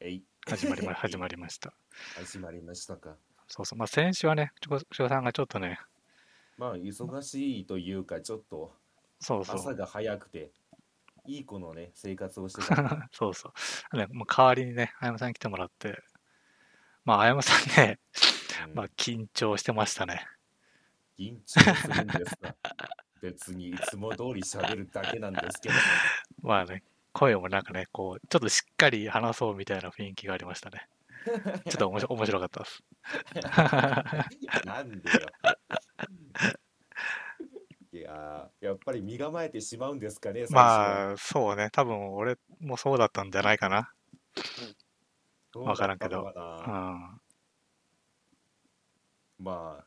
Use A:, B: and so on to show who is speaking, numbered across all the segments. A: えい、
B: 始 まりま始まりました。
A: 始まりましたか。
B: そうそう。まあ、先週はね、ちょこしょうさんがちょっとね、
A: まあ、忙しいというか、ちょっと
B: そうそう。
A: 朝が早くて、いい子のね、生活をしてたんで。
B: そうそう。ね、もう代わりにね、あやまさんに来てもらって、まあ、あやまさんね、
A: うん
B: まあ、緊張してましたね。
A: 緊張するんですか別にいつも通り喋るだけなんで すけども、
B: まあね、声もなんかね、こう、ちょっとしっかり話そうみたいな雰囲気がありました ね。ちょっと面白面白かったです。
A: なんでよ。いやーやっぱり身構えてしまうんですかね、最初は。
B: まあ、そうね、多分俺もそうだったんじゃないかな。
A: どう
B: わからんけど
A: だったの
B: う
A: かな。
B: ん。
A: まあ、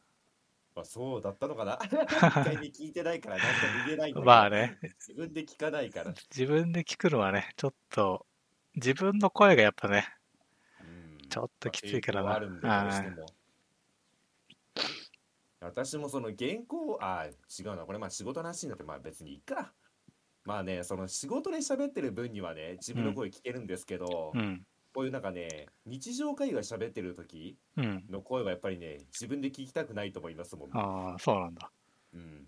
A: まあ、そうだったの かな。一回に聞いてないから、なんとも言えないんだけど
B: まあね、
A: 自分で聞かないから。
B: 自分で聞くのはね、ちょっと、自分の声がやっぱね、
A: うん
B: ちょっときついからな
A: まあ影響はあるんで、どうしても。私もその原稿、あー違うな、これまあ仕事の話になって、まあ別にいいか。まあね、その仕事で喋ってる分にはね、自分の声聞けるんですけど、
B: うん、
A: こういうなんかね、日常会話喋ってる時
B: うん。
A: の声はやっぱりね、自分で聞きたくないと思いますもん。
B: ああ、そうなんだ。
A: うん、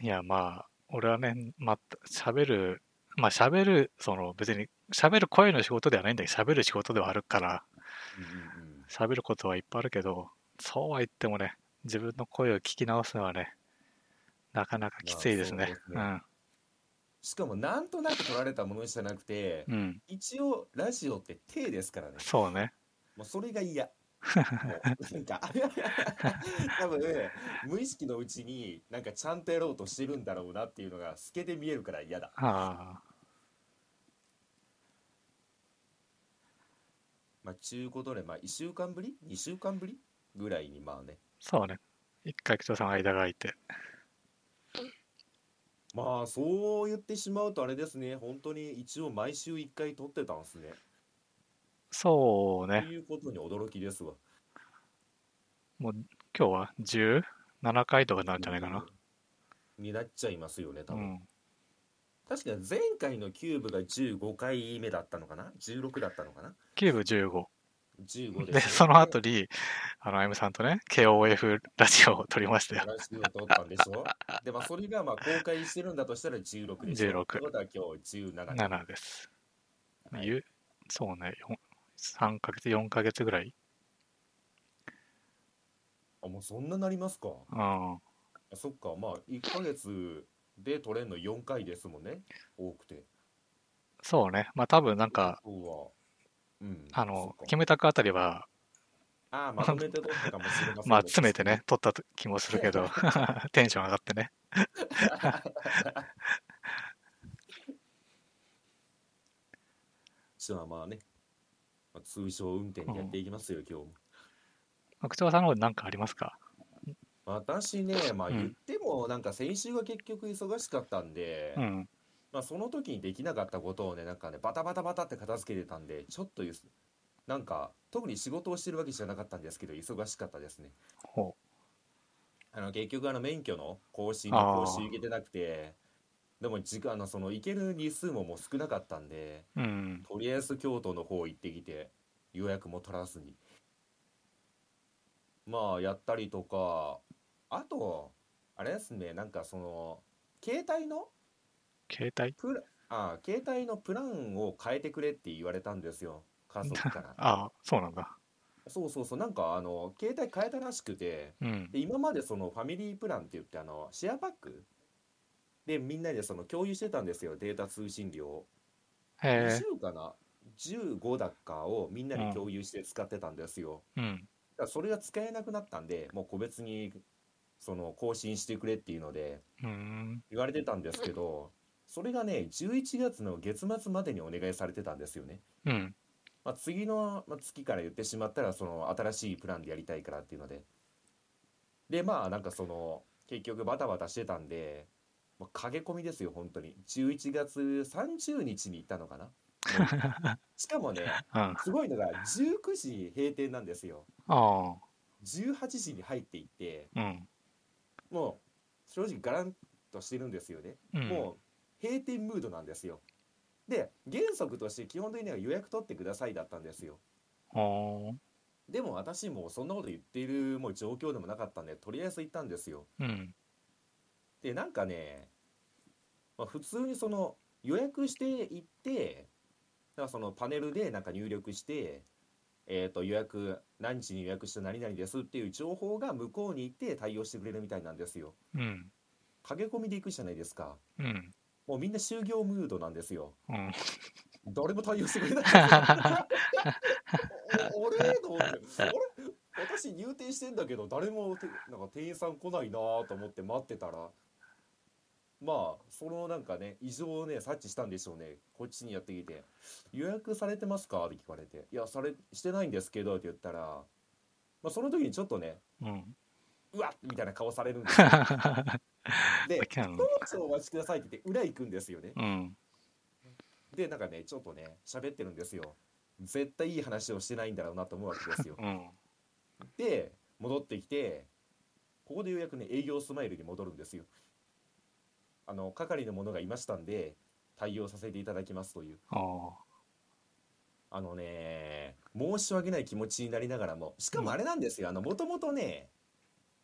B: いや、まあ、俺はね、まあ、喋る、まあ、喋る、その、別に、喋る声の仕事ではないんだけど、喋る仕事ではあるから、
A: うんうんうん
B: 喋ることはいっぱいあるけど、そうは言ってもね、自分の声を聞き直すのはね、なかなかきついですね。う
A: ましかもなんとなく取られたものじゃなくて、
B: ん、うん、
A: 一応ラジオって手ですからね。
B: そうね。
A: もうそれが嫌。もうなん か多分無意識のうちになんかちゃんとやろうとしてるんだろうなっていうのが透けて見えるから嫌だ。
B: あ
A: まあちゅうことでまあ一週間ぶり、二週間ぶりぐらいにまあね。
B: あ、そうね。一回、口さん間が空いて。
A: まあそう言ってしまうとあれですね。本当に一応毎週一回撮ってたんですね。
B: そう
A: と
B: ね。
A: いうことに驚きですわ。
B: 今日は17回とかになるんじゃないかな。
A: うん。になっちゃいますよね多
B: う
A: 分。
B: ん。
A: 確か前回のキューブが15回目だったのかな ?16 だったのかな
B: キューブ15。
A: ?15 です、
B: で、その後に、あの、あゆむさんとね、KOF ラジオを撮りましたよ。
A: 話を取ったんでしょで、まあ、それがまあ公開してるんだとしたら16でしょ。
B: 16
A: ってことは今日17だ。
B: 7です。
A: はい
B: ゆそうね、3ヶ月、4ヶ月ぐらい。
A: あ、もうそんななりますか。
B: うん。
A: あそっか、まあ1ヶ月で取れんの4回ですもんね。多くて。
B: そうね。まあ多分なんか、
A: 今日は。うん。
B: あの、キ
A: そっか
B: ムタクあたりは、
A: あー、まとめて取ったかもしれませ ん。
B: まあ詰めてね、撮った気もするけ ど、テンション上がってね。
A: 私はまあね、まあ、通常運転でやっていきますよ、今日も。
B: 口調さんの方で何かありますか
A: 私ね、まあ
B: うん
A: 言っても、なんか先週が結局忙しかったんで、
B: うん。
A: まあその時にできなかったことをね、なんかね、バタバタバタって片付けてたんで、ちょっとゆす、なんか、特に仕事をしてるわけじゃなかったんですけど、忙しかったですね。
B: ほ
A: あの、結局あの免許の更新
B: あー
A: の更新受けてなくて、でも時間、あの、その行ける日数ももう少なかったんで、
B: う。うん。
A: とりあえず京都の方行ってきて予約も取らずにまあやったりとかあとあれですねなんかその携帯の
B: 携帯
A: プラあ携帯のプランを変えてくれって言われたんですよ家族から
B: ああ、そうなんだ。
A: そうそうそうなんかあの携帯変えたらしくて
B: うん。
A: で今までそのファミリープランって言ってあのシェアパックでみんなでその共有してたんですよデータ通信量を。
B: へえ。
A: 20かな15だかをみんなで共有して使ってたんですよ、
B: うん。
A: だからそれが使えなくなったんでもう個別にその更新してくれっていうので
B: うーん。
A: 言われてたんですけどそれがね11月の月末までにお願いされてたんですよね、
B: うん。
A: まあ、次のまあ月から言ってしまったらその新しいプランでやりたいからっていうのででまあなんかその結局バタバタしてたんで、まあ、駆け込みですよ本当に11月30日に行ったのかな しかもね
B: うん。あ
A: すごいのが19時閉店なんですよ
B: あ。
A: 18時に入っていって
B: うん。
A: もう正直ガランとしてるんですよね、
B: うん。
A: もう閉店ムードなんですよで原則として基本的には予約取ってくださいだったんですよ
B: おー
A: でも私もうそんなこと言っているもう状況でもなかったんでとりあえず行ったんですよ
B: うん。
A: でなんかね、まあ、普通にその予約して行ってだからそのパネルでなんか入力して、えー、と予約何日に予約した何々ですっていう情報が向こうに行って対応してくれるみたいなんですよ
B: うん。
A: 駆け込みで行くじゃないですか
B: うん。
A: もうみんな就業ムードなんですよ
B: うん。
A: 誰も対応してくれないんですよお俺と思ってあれ私入店してんだけど誰もてなんか店員さん来ないなと思って待ってたらまあそのなんかね異常をね察知したんでしょうねこっちにやってきて「予約されてますか?」って聞かれて「いやされしてないんですけど」って言ったら、まあ、その時にちょっとね
B: うん。
A: 「うわっ!」みたいな顔されるんですよで
B: だけな
A: 「
B: の
A: どうぞお待ちください」って言って裏行くんですよね
B: うん。
A: でなんかねちょっとね喋ってるんですよ絶対いい話をしてないんだろうなと思うわけ ですよ
B: うん。
A: で戻ってきてここでようやくね営業スマイルに戻るんですよあの係の者がいましたんで対応させていただきますという
B: おー
A: あのね申し訳ない気持ちになりながらもしかもあれなんですよあのもともとね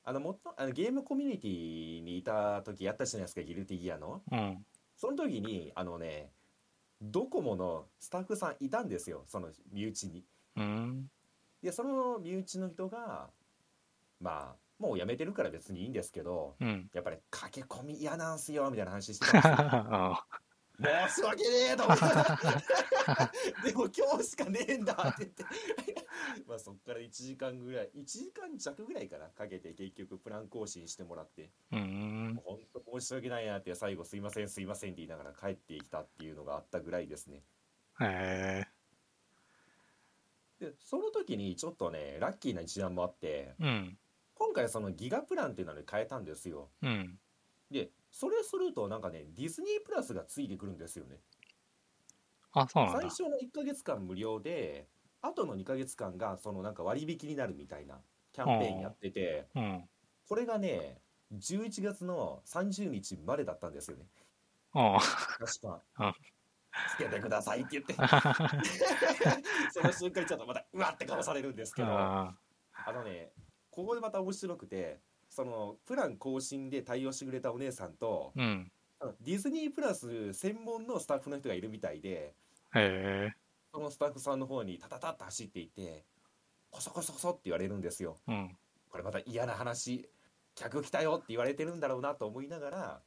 A: あのもとあのゲームコミュニティにいた時やったじゃないですかギルティギアの
B: うん。
A: その時にあのねドコモのスタッフさんいたんですよその身内に
B: うん。
A: でその身内の人がまあもう辞めてるから別にいいんですけど
B: うん。
A: やっぱり駆け込み嫌なんすよみたいな話してたんですよ
B: あ
A: 申し訳ねえと思って でも今日しかねえんだって言って まあそっから1時間ぐらい1時間弱ぐらいかなかけて結局プラン更新してもらって
B: ーうん。
A: 本当申し訳ないなって最後すいませんすいませんって言いながら帰ってきたっていうのがあったぐらいですね
B: え
A: でその時にちょっとねラッキーな事案もあって
B: ーうん。
A: 今回そのギガプランっていうのに変えたんですよ
B: うん。
A: でそれするとなんかねディズニープラスがついてくるんですよね
B: あ、そうなん
A: 最
B: だ。
A: 初の1ヶ月間無料で後の2ヶ月間がそのなんか割引になるみたいなキャンペーンやってて
B: うん。
A: これがね11月の30日までだったんですよね
B: おー
A: 確か
B: うん
A: つけてくださいって言ってその瞬間にちょっとまたうわって顔されるんですけどあ
B: あ
A: のねここでまた面白くてそのプラン更新で対応してくれたお姉さんと
B: ーうん。
A: あのディズニープラス専門のスタッフの人がいるみたいで
B: え
A: そのスタッフさんの方にタタタッと走っていってコソコソコソって言われるんですよ
B: ーうん。
A: これまた嫌な話客来たよって言われてるんだろうなと思いながら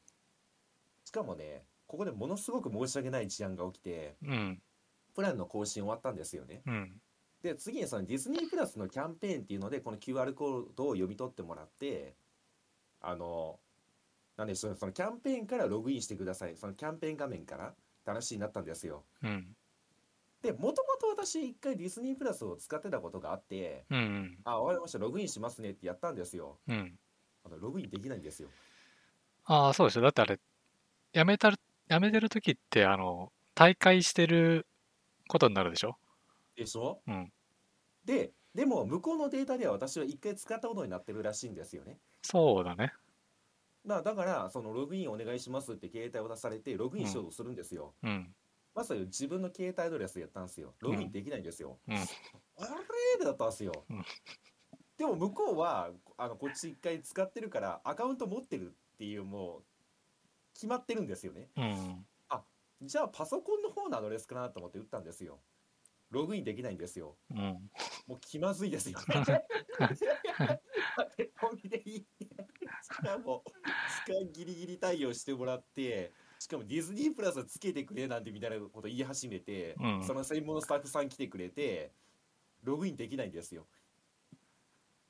A: しかもねここでものすごく申し訳ない事案が起きて
B: うん。
A: プランの更新終わったんですよね
B: うん。
A: で次にそのディズニープラスのキャンペーンっていうのでこの QR コードを読み取ってもらってあのなんでしょうそのキャンペーンからログインしてくださいそのキャンペーン画面からって話になったんですよ
B: うん。
A: でもともと私一回ディズニープラスを使ってたことがあって
B: うん。
A: あ終わりましたログインしますねってやったんですよ
B: うん。
A: あのログインできないんですよ
B: ああ、そうですよ。だってあれ、辞めたる、辞めてる時って、あの、退会してることになるでしょ
A: でしょ
B: うん。
A: ででも向こうのデータでは私は一回使ったことになってるらしいんですよね
B: そうだね。
A: だだからそのログインお願いしますって携帯を出されてログインしようとするんですよ、
B: うん。
A: まさに自分の携帯アドレスでやったんですよ。ログインできないんですよ。
B: うん。
A: あれーだったんですよ
B: うん。
A: でも向こうはあのこっち一回使ってるからアカウント持ってるっていうもう決まってるんですよね。
B: うん。
A: じゃあパソコンの方のアドレスかなと思って打ったんですよ。ログインできないんですよ。
B: うん。
A: もう気まずいですよ。駆け込みでいいって。しかも時間ギリギリ対応してもらって。しかもディズニープラスつけてくれなんてみたいなこと言い始めて、
B: うん
A: その専門のスタッフさん来てくれてログインできないんですよ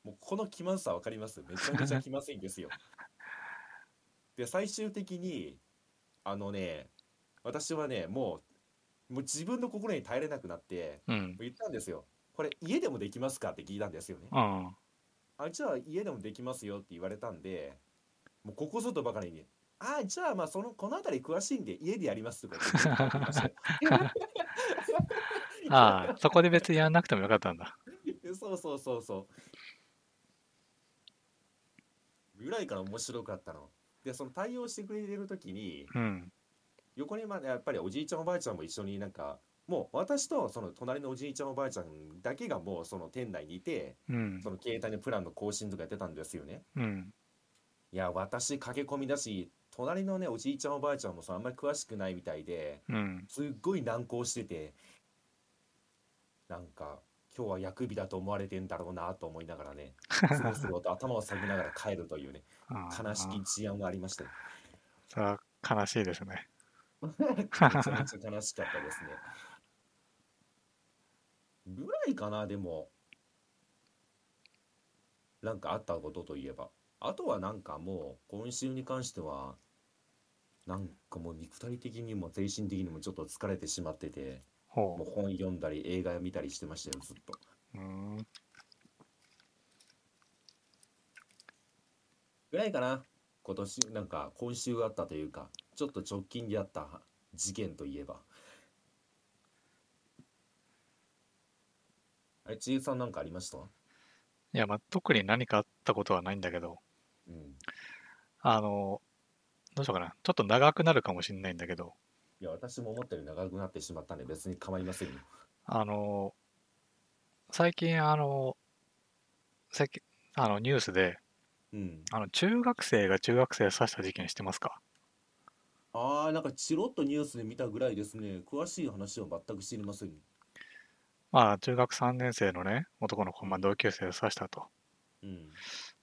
A: もうこの気まずさ分かりますめちゃめちゃ気まずいんですよで最終的にあのね私はねもうもう自分の心に耐えれなくなって
B: うん。
A: 言ったんですよ。これ家でもできますかって聞いたんですよね。
B: うん。
A: あじゃあ家でもできますよって言われたんで、もうここぞとばかりに、あじゃあまあそのこの辺り詳しいんで家でやりますとか言って言いましたよ
B: ああ、そこで別にやんなくてもよかったんだ。
A: そうそうそうそう。ぐらいから面白かったの。でその対応してくれてる時に
B: うん。
A: 横にまあやっぱりおじいちゃんおばあちゃんも一緒になんかもう私とその隣のおじいちゃんおばあちゃんだけがもうその店内にいて
B: うん
A: その携帯のプランの更新とかやってたんですよね。
B: うん
A: いや私駆け込みだし隣のねおじいちゃんおばあちゃんもそのあんまり詳しくないみたいで
B: うん
A: すっごい難航しててなんか今日は薬日だと思われてんだろうなと思いながら ねすごすごと頭を下げながら帰るというね
B: あー
A: 悲しき事案がありましたよ
B: それは悲しいですね
A: めちゃめちゃ悲しかったですねぐらいかなでもなんかあったことといえばあとはなんかもう今週に関してはなんかもう肉体的にも精神的にもちょっと疲れてしまってても
B: ほ
A: う本読んだり映画見たりしてましたよずっと
B: ううん
A: ぐらいかな今年なんか今週あったというかちょっと直近であった事件といえばあれちゆさんなんかありました
B: いや、まあ、特に何かあったことはないんだけど
A: うん
B: あのどうしようかなちょっと長くなるかもしれないんだけど
A: いや私も思ったより長くなってしまったんで別に構いませんよ
B: あの最近あの最近あのニュースで
A: うん
B: あの中学生が中学生を刺した事件してますか
A: あーなんかチロッとニュースで見たぐらいですね詳しい話は全く知りません
B: まあ中学3年生のね男の子、まあ、同級生を刺したと
A: うん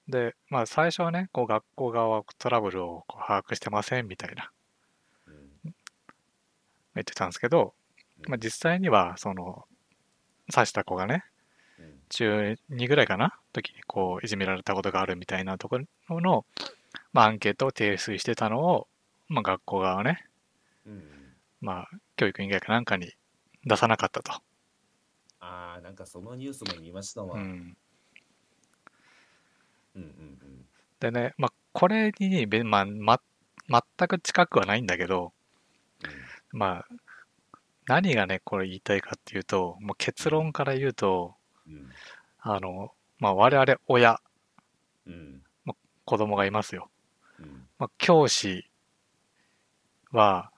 B: でまあ最初はねこう学校側はトラブルをこう把握してませんみたいな
A: うん
B: 言ってたんですけど、まあ、実際にはその刺した子がね
A: うん
B: 中2ぐらいかな時にこういじめられたことがあるみたいなところの、まあ、アンケートを提出してたのを、まあ、学校側はね、
A: うん
B: まあ、教育委員会かなんかに出さなかったと。
A: あーなんかそのニュースも見ましたわ
B: う
A: うん
B: ん、
A: うんうん
B: でね、まあ、これに、べまあま、全く近くはないんだけど、まあ、何がねこれ言いたいかっていうともう結論から言うと
A: うん
B: あの、まあ、我々親
A: うんうん
B: 子供がいますよ。
A: うん
B: まあ、教師は、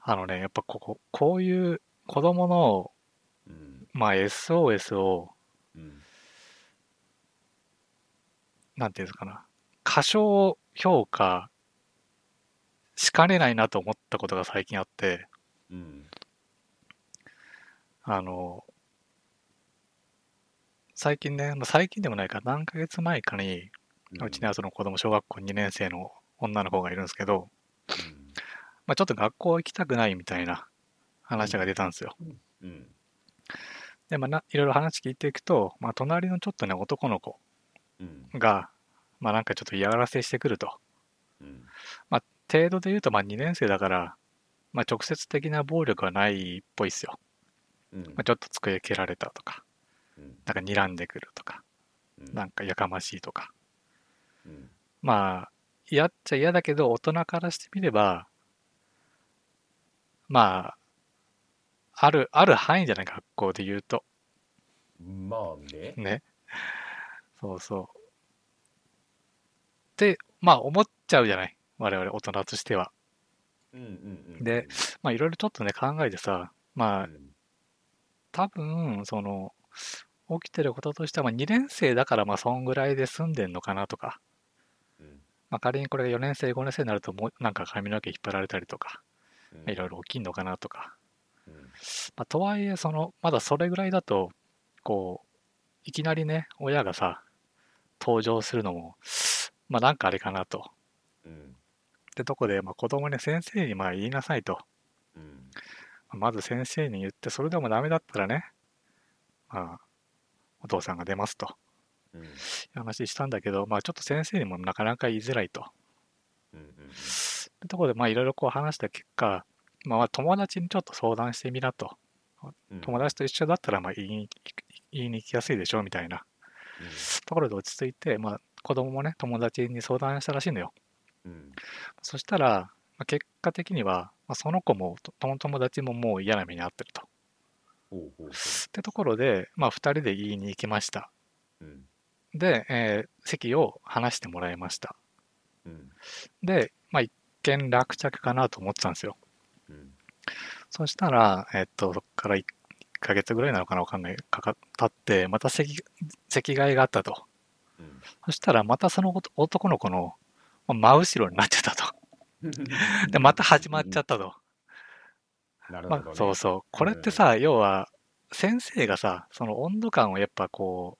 B: あのね、やっぱここ、こういう子供の、
A: うん
B: まあ、SOS を、
A: うん
B: なんていうんですかな、過小評価しかねないなと思ったことが最近あって、
A: うん
B: あの、最近ね、まあ、最近でもないか、何ヶ月前かに、うちにはその子供、小学校2年生の女の子がいるんですけど、まあ、ちょっと学校行きたくないみたいな話が出たんですよ。
A: うんうん
B: で、まあな、いろいろ話聞いていくと、まあ、隣のちょっとね、男の子
A: うん
B: が、まあ、なんかちょっと嫌がらせしてくると。
A: うん
B: 程度で言うと、まあ、2年生だから、まあ、直接的な暴力はないっぽいっすよ。
A: うん
B: まあ、ちょっと机蹴られたとか、
A: うん
B: なんか睨んでくるとか、
A: うん
B: なんかやかましいとか。
A: うん
B: まあ、嫌っちゃ嫌だけど、大人からしてみれば、まあ、ある、ある範囲じゃない、学校で言うと。
A: まあね
B: ね。そうそう。って、まあ思っちゃうじゃない。我々大人としては。
A: うんうんうん
B: でまあいろいろちょっとね考えてさ、ま
A: う
B: あ
A: ん
B: 多分、その、起きてることとしては、まあ2年生だからまあそんぐらいで済んでんのかなとか、
A: うん
B: まあ仮にこれが4年生、5年生になるともうなんか髪の毛引っ張られたりとか、
A: うん
B: まあいろいろ起きんのかなとか。
A: うん
B: まあとはいえ、その、まだそれぐらいだと、こう、いきなりね、親がさ、登場するのも、まあなんかあれかなと。
A: うん
B: ってとこで、まあ、子供に先生にまあ言いなさいと。
A: うん
B: まず先生に言って、それでもダメだったらね、まあ、お父さんが出ますと
A: うんうん
B: いう話したんだけど、まあ、ちょっと先生にもなかなか言いづらいと。
A: うん
B: ってとこで、まあ、いろいろこう話した結果、まあまあ、友達にちょっと相談してみなと。
A: うん
B: 友達と一緒だったら、まあ、言いに、言いに行きやすいでしょ、みたいなところで落ち着いて、まあ、子供もね、友達に相談したらしいのよ。
A: うん
B: そしたら、まあ結果的には、まあ、その子も、と友達ももう嫌な目に遭ってると。
A: ほうほうほ
B: ってところで、まあ、2人で言いに行きました。
A: ううん
B: で、えー席を離してもらいました。
A: うん
B: で、まあ、一見落着かなと思ってたんですよ。そしたら、えっと、そこから1ヶ月ぐらいなのかなわかんない、かかったって、また席席替えがあったと。
A: うん
B: そしたら、またその男男の子のま真後ろになってたと。で、また始まっちゃったと。
A: なるほ
B: ま
A: ど、ね
B: あ、そうそう。これってさ、要は、先生がさ、その温度感をやっぱこ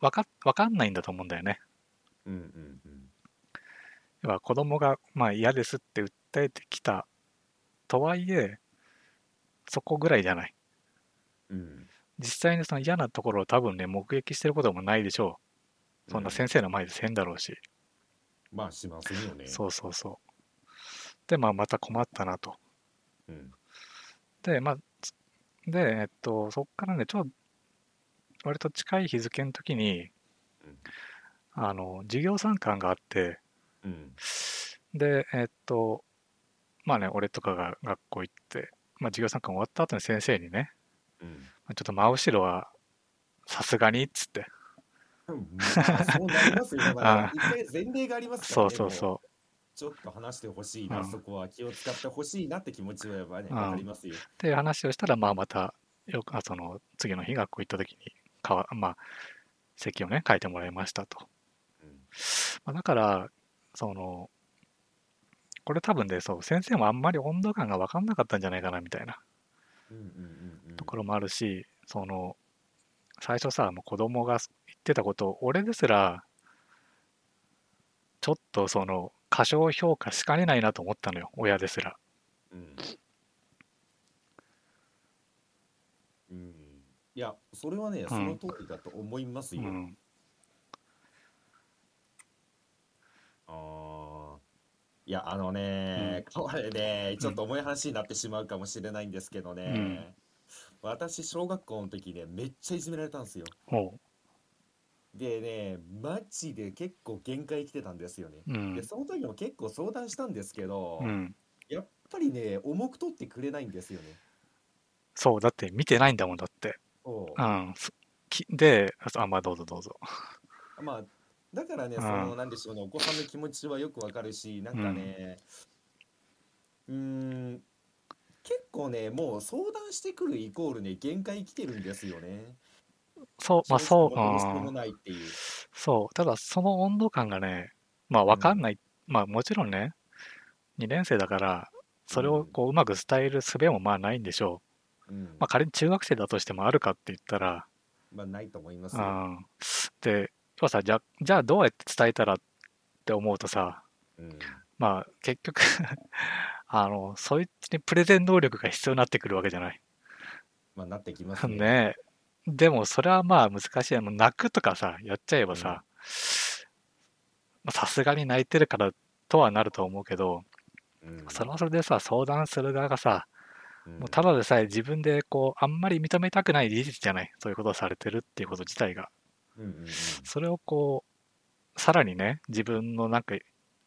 B: う、わか、わかんないんだと思うんだよね。
A: うんうんうん
B: 要は子供が、まあ嫌ですって訴えてきた。とはいえ、そこぐらいじゃない。
A: うん
B: 実際にその嫌なところを多分ね、目撃してることもないでしょう。そんな先生の前でせんだろうし。
A: まあしますよね
B: そうそうそう。で、まあまた困ったなと。
A: うん
B: で、まあ、つで、えっと、そこからね、ちょ、割と近い日付の時に
A: うん、
B: あの、授業参観があって、
A: うん
B: で、えっと、まあね、俺とかが学校行って、まあ、授業参観終わった後に先生にね、
A: うん
B: まあちょっと真後ろは、さすがにっつって、
A: うんまあそうなりますよ。だから一回前例がありますから
B: そう
A: ね。
B: そう
A: もう。
B: そ
A: ちょっと話してほしいな、
B: うん
A: そこは気を使ってほしいなって気持ちはやっぱね、
B: うん
A: わかりますよ。
B: う。っていう話をしたら、まあまた、よく、あその、次の日学校行った時に、かわ、まあ、席をね、書いてもらいましたと。
A: うん
B: まあだからそのこれ多分ねそう先生もあんまり温度感が分かんなかったんじゃないかなみたいな
A: うんうんうんうん
B: ところもあるし、その最初さもう子供が言ってたことを俺ですらちょっとその過小評価しかねないなと思ったのよ親ですら
A: うんうんいや、それはね、その通りだと思います
B: う
A: よ。
B: ん
A: ああ。いや、あのね、これね、ちょっと重い話になってしまうかもしれないんですけどね、私、小学校の時ね、めっちゃいじめられたんですよ。
B: おう
A: でね、マジで結構限界来てたんですよね。
B: う
A: で、
B: ん
A: その時も結構相談したんですけど
B: う、ん
A: やっぱりね、重く取ってくれないんですよね。
B: そうだって見てないんだもんだって
A: そう
B: うんすきであまあどうぞどうぞ
A: まあだからね、
B: うん
A: そのなんでしょうね、お子さんの気持ちはよくわかるし、なんかね、うーん、結構ね、もう相談してくるイコールね、限界来てるんですよね。
B: そうまあそう
A: どうしてもどうして
B: うん
A: もないっていう。
B: そう、ただその温度感がね、まあ分かんない、まあもちろんね、2年生だから、それをこううまく伝える術もまあないんでしょ
A: うん
B: う。まあ仮に中学生だとしてもあるかって言ったら、
A: まあ、ないと思います
B: う
A: よ。
B: ん。で、要はさ、じゃじゃあどうやって伝えたらって思うとさ、
A: うん
B: まあ結局 あの、そいつにプレゼン能力が必要になってくるわけじゃない。
A: まあ、なってきます ね。
B: ねえ。でもそれはまあ難しい。もう泣くとかさ、やっちゃえばさ、まあさすがに泣いてるからとはなると思うけど、
A: うん
B: それはそれでさ、相談する側がさ、
A: うん
B: もうただでさえ自分でこう、あんまり認めたくない事実じゃない。そういうことをされてるっていうこと自体が。
A: うんうんうん
B: それをこう、さらにね、自分のなんか、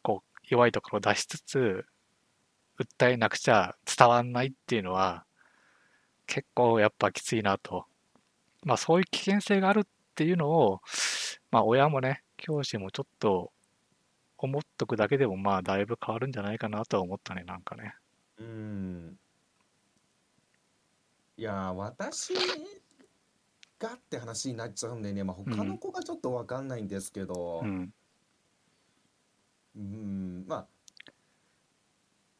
B: こう、弱いところを出しつつ、訴えなくちゃ伝わんないっていうのは、結構やっぱきついなと。まあそういう危険性があるっていうのを、まあ親もね、教師もちょっと思っとくだけでもまあだいぶ変わるんじゃないかなとは思ったね、なんかね。
A: うんいやー私がって話になっちゃうんでね、まあ、他の子がちょっとわかんないんですけど、
B: うん。
A: うーんまあ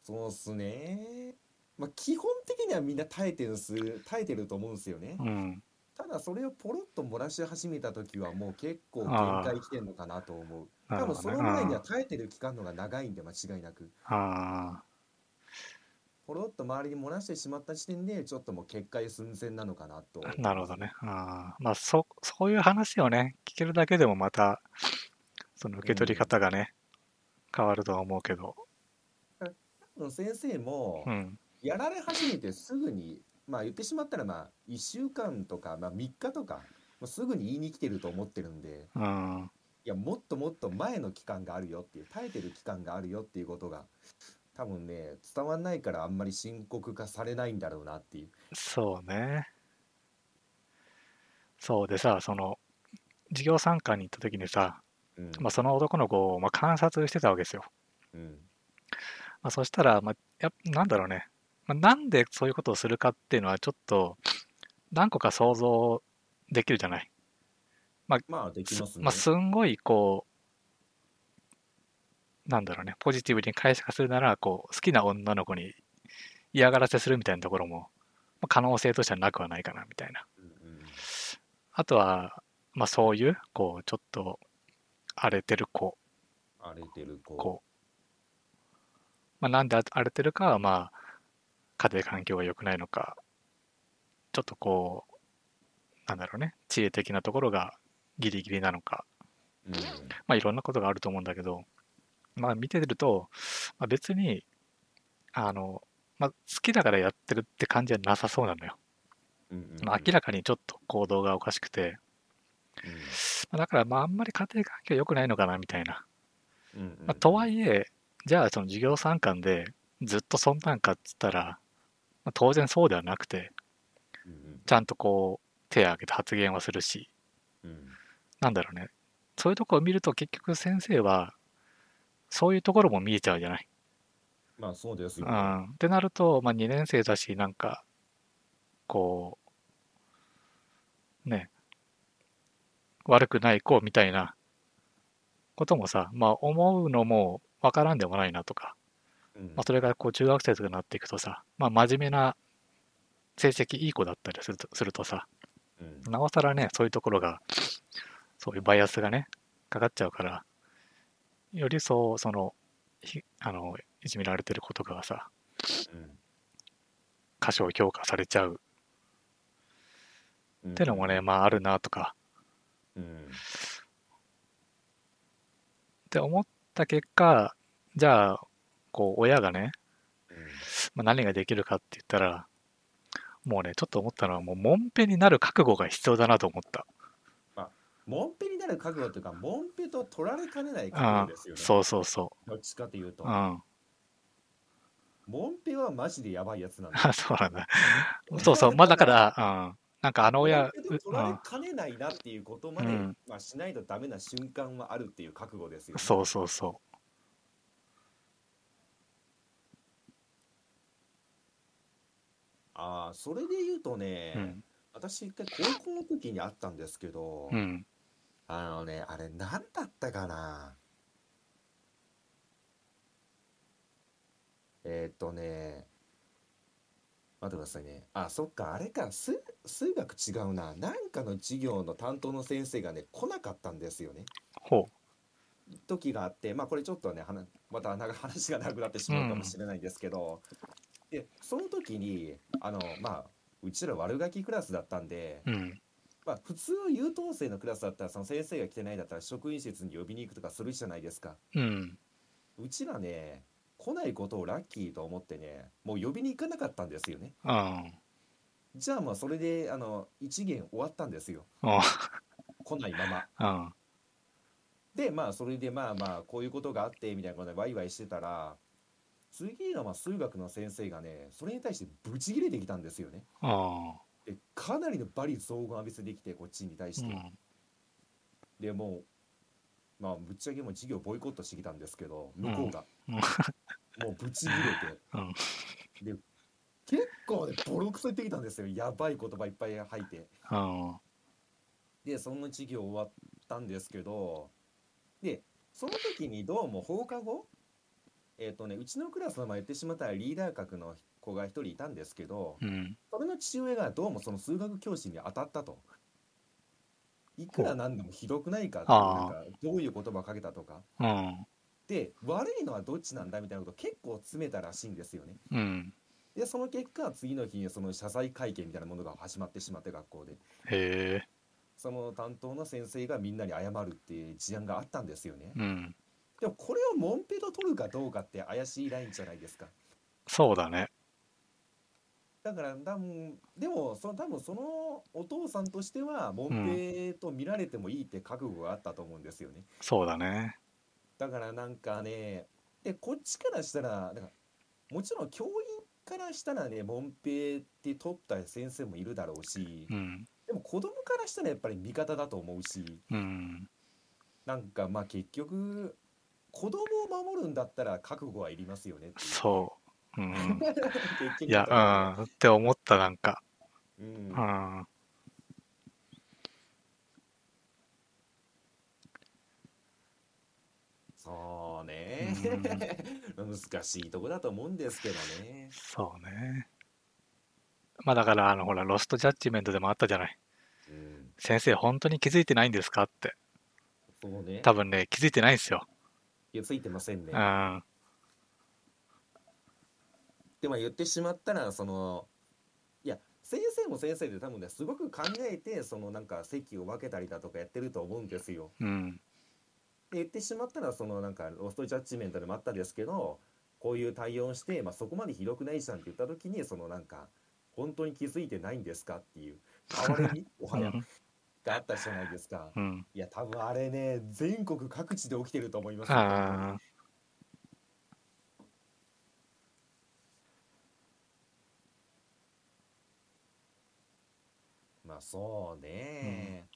A: そうっすねまあ基本的にはみんな耐えてるんす耐えてると思うんですよね
B: うん。
A: ただそれをポロッと漏らし始めた時はもう結構
B: あ
A: 限
B: ー
A: 界来てんのかなと思う
B: な
A: 多
B: る
A: 分
B: ほ
A: そ
B: ど
A: の
B: ね。
A: 前には耐えてる期間の方が長いんで間違いなく
B: ああ
A: ポロッと周りに漏らしてしまった時点でちょっともう決壊寸前なのかなと
B: なるほどね。あーまあそ、そういう話をね、聞けるだけでもまた、その受け取り方がね、変わるとは思うけど。
A: 多分先生も
B: うん。
A: やられ始めてすぐにまあ言ってしまったらまあ1週間とか、まあ、3日とかもうすぐに言いに来てると思ってるんで
B: うん。
A: いやもっともっと前の期間があるよっていう耐えてる期間があるよっていうことが多分ね伝わんないからあんまり深刻化されないんだろうなっていう。
B: そうね。そうでさ、その、授業参観に行った時にさ、
A: うん
B: まあ、その男の子をまあ観察してたわけですよ。
A: うん
B: まあ、そしたら、まあ、やっなんだろうね。まあ、なんでそういうことをするかっていうのはちょっと何個か想像できるじゃない。
A: まあでき
B: す
A: ますね。
B: まあ、すんごいこうなんだろうねポジティブに解釈するならこう好きな女の子に嫌がらせするみたいなところも、まあ、可能性としてはなくはないかなみたいな
A: うんうん
B: あとは、まあ、そういうこうちょっと荒れてる子
A: 荒れてる子。
B: こう、まあ、なんで荒れてるかはまあ家庭環境が良くないのかちょっとこうなんだろうね知恵的なところがギリギリなのか
A: うん
B: まあ、いろんなことがあると思うんだけど、まあ、見てると、まあ、別にあの、まあ、好きだからやってるって感じはなさそうなのよ、
A: うんうんうん
B: まあ、明らかにちょっと行動がおかしくて、まあ、だからまああんまり家庭環境良くないのかなみたいな、
A: うんうんうん
B: まあ、とはいえじゃあその授業参観でずっとそんなんかっつったら、まあ、当然そうではなくて
A: うんうん
B: ちゃんとこう手を挙げて発言はするし
A: うん
B: なんだろうねそういうとこを見ると結局先生はそういうところも見えちゃうじゃない。
A: まあそうです
B: う
A: よ。
B: ん、ってなると、まあ、2年生だしなんかこうね悪くない子みたいなこともさ、まあ、思うのもわからんでもないなとか、
A: うん
B: まあ、それがこう中学生とかになっていくとさ、まあ、真面目な成績いい子だったりするとするとさ
A: うん
B: なおさらね、そういうところが、そういうバイアスがね、かかっちゃうから、よりそう、その、ひあの、いじめられてることがさ、過小評価されちゃう
A: うん
B: ってのもね、。まああるなとか、
A: うん
B: って思った結果、じゃあ、こう、親がね、まあ、何ができるかって言ったら、もうね、ちょっと思ったのは、もう、もんぺになる覚悟が必要だなと思った。
A: モンペになる覚悟というか、モンペと取られかねない覚
B: あ
A: 悟ですよね。
B: そうそうそ
A: どっちかというと
B: う。う、ん。
A: モンペはマジでやばいやつなんだ。
B: あそうなんだ。そうそう。まあだから、うん。なんかあの親、う
A: モンペで取ら
B: う
A: れ
B: ん
A: かねないなっていうことまで、
B: うん
A: まあしないとダメな瞬間はあるっていう覚悟ですよ、ね。
B: そうそうそう。
A: ああ、それで言うとね、
B: うん。
A: 私一回高校の時にあったんですけど、
B: うん。
A: あのね、あれ何だったかなえーっとね、待ってくださいね。あ、そっか、あれか、数、数学違うな。なんかの授業の担当の先生がね、来なかったんですよね。
B: ほ
A: 時があって、まあこれちょっとね、はなまたなんか話が長くなってしまうかもしれないんですけど、で、その時に、あの、まあ、うちら悪ガキクラスだったんで、
B: う。うん。
A: まあ、普通優等生のクラスだったらその先生が来てないだったら職員室に呼びに行くとかするじゃないですか
B: うん。
A: うちらね来ないことをラッキーと思ってねもう呼びに行かなかったんですよね
B: うん。
A: じゃあまあそれであの1限終わったんですよ
B: うん。
A: 来ないまま
B: うん。
A: でまあそれでまあまあこういうことがあってみたいなことでワイワイしてたら次のまあ数学の先生がねそれに対してブチ切れてきたんですよね
B: うん。
A: でかなりの罵詈雑言を浴びせてきてこっちに対して、でもうまあぶっちゃけもう授業ボイコットしてきたんですけど向こうが、
B: うん
A: もうぶち切れて、で結構ねボロクソ言ってきたんですよやばい言葉いっぱい吐いて
B: うん。
A: でその授業終わったんですけどでその時にどうも放課後えっ、とねうちのクラスの前言ってしまったらリーダー格の子が一人いたんですけど
B: うん。
A: それの父親がどうもその数学教師に当たったと。いくらなんでもひどくないかっていう
B: あ
A: な
B: ー
A: んかどういう言葉をかけたとか
B: うん。
A: で悪いのはどっちなんだみたいなことを結構詰めたらしいんですよね。
B: うん。
A: でその結果次の日にその謝罪会見みたいなものが始まってしまって学校で
B: へえ。
A: その担当の先生がみんなに謝るっていう事案があったんですよね。
B: うん。
A: でもこれをモンペと取るかどうかって怪しいラインじゃないですか。
B: そうだね。
A: だから多分でもその多分そのお父さんとしてはモンペと見られてもいいって覚悟があったと思うんですよね。
B: そうだね。
A: だからなんかねでこっちからしたらなんかもちろん教員からしたらねモンペって取った先生もいるだろうし
B: うん。
A: でも子供からしたらやっぱり味方だと思うし
B: うん。
A: なんかまあ結局子供を守るんだったら覚悟はいりますよねっていう
B: そ うん、
A: 結局
B: いや、うん、って思った、なんか。
A: うん
B: う、ん。
A: そうね 難しいとこだと思うんですけどね
B: そうね。まあだから、あの、ほら、ロストジャッジメントでもあったじゃない。
A: うん
B: 先生、本当に気づいてないんですかって。
A: そうね
B: 多分ね、気づいてないんですよ。
A: 気づいてませんね
B: うん。
A: でも言ってしまったらそのいや先生も先生で多分ねすごく考えてそのなんか席を分けたりだとかやってると思うんですよ。
B: うん。
A: で言ってしまったらそのなんかロストジャッジメントでもあったですけどこういう対応をして、まあ、そこまでひどくないじゃんって言った時にそのなんか本当に気づいてないんですかっていう代わりにおはやがあったじゃないですか。
B: うん。
A: いや多分あれね全国各地で起きてると思いますよ
B: あ
A: まあそうね、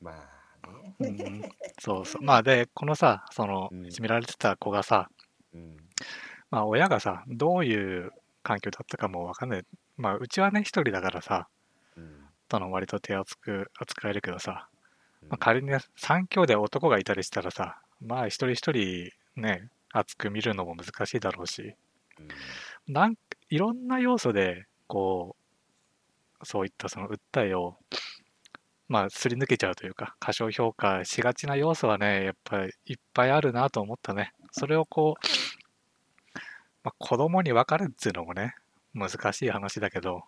A: まあね、
B: ーうん。そうそう。まあで、このさ、その
A: うん、
B: いじめられてた子がさ、
A: うん、
B: まあ親がさ、どういう環境だったかもわかんない。まあうちはね、一人だからさ、
A: うん、
B: との割と手厚く扱えるけどさ、
A: うん
B: まあ、仮にね三兄弟男がいたりしたらさまあ一人一人ね厚く見るのも難しいだろうし
A: うん
B: なんかいろんな要素でこうそういったその訴えをまあすり抜けちゃうというか過小評価しがちな要素はねやっぱりいっぱいあるなと思ったねそれをこう、まあ、子供に分かるっていうのもね難しい話だけど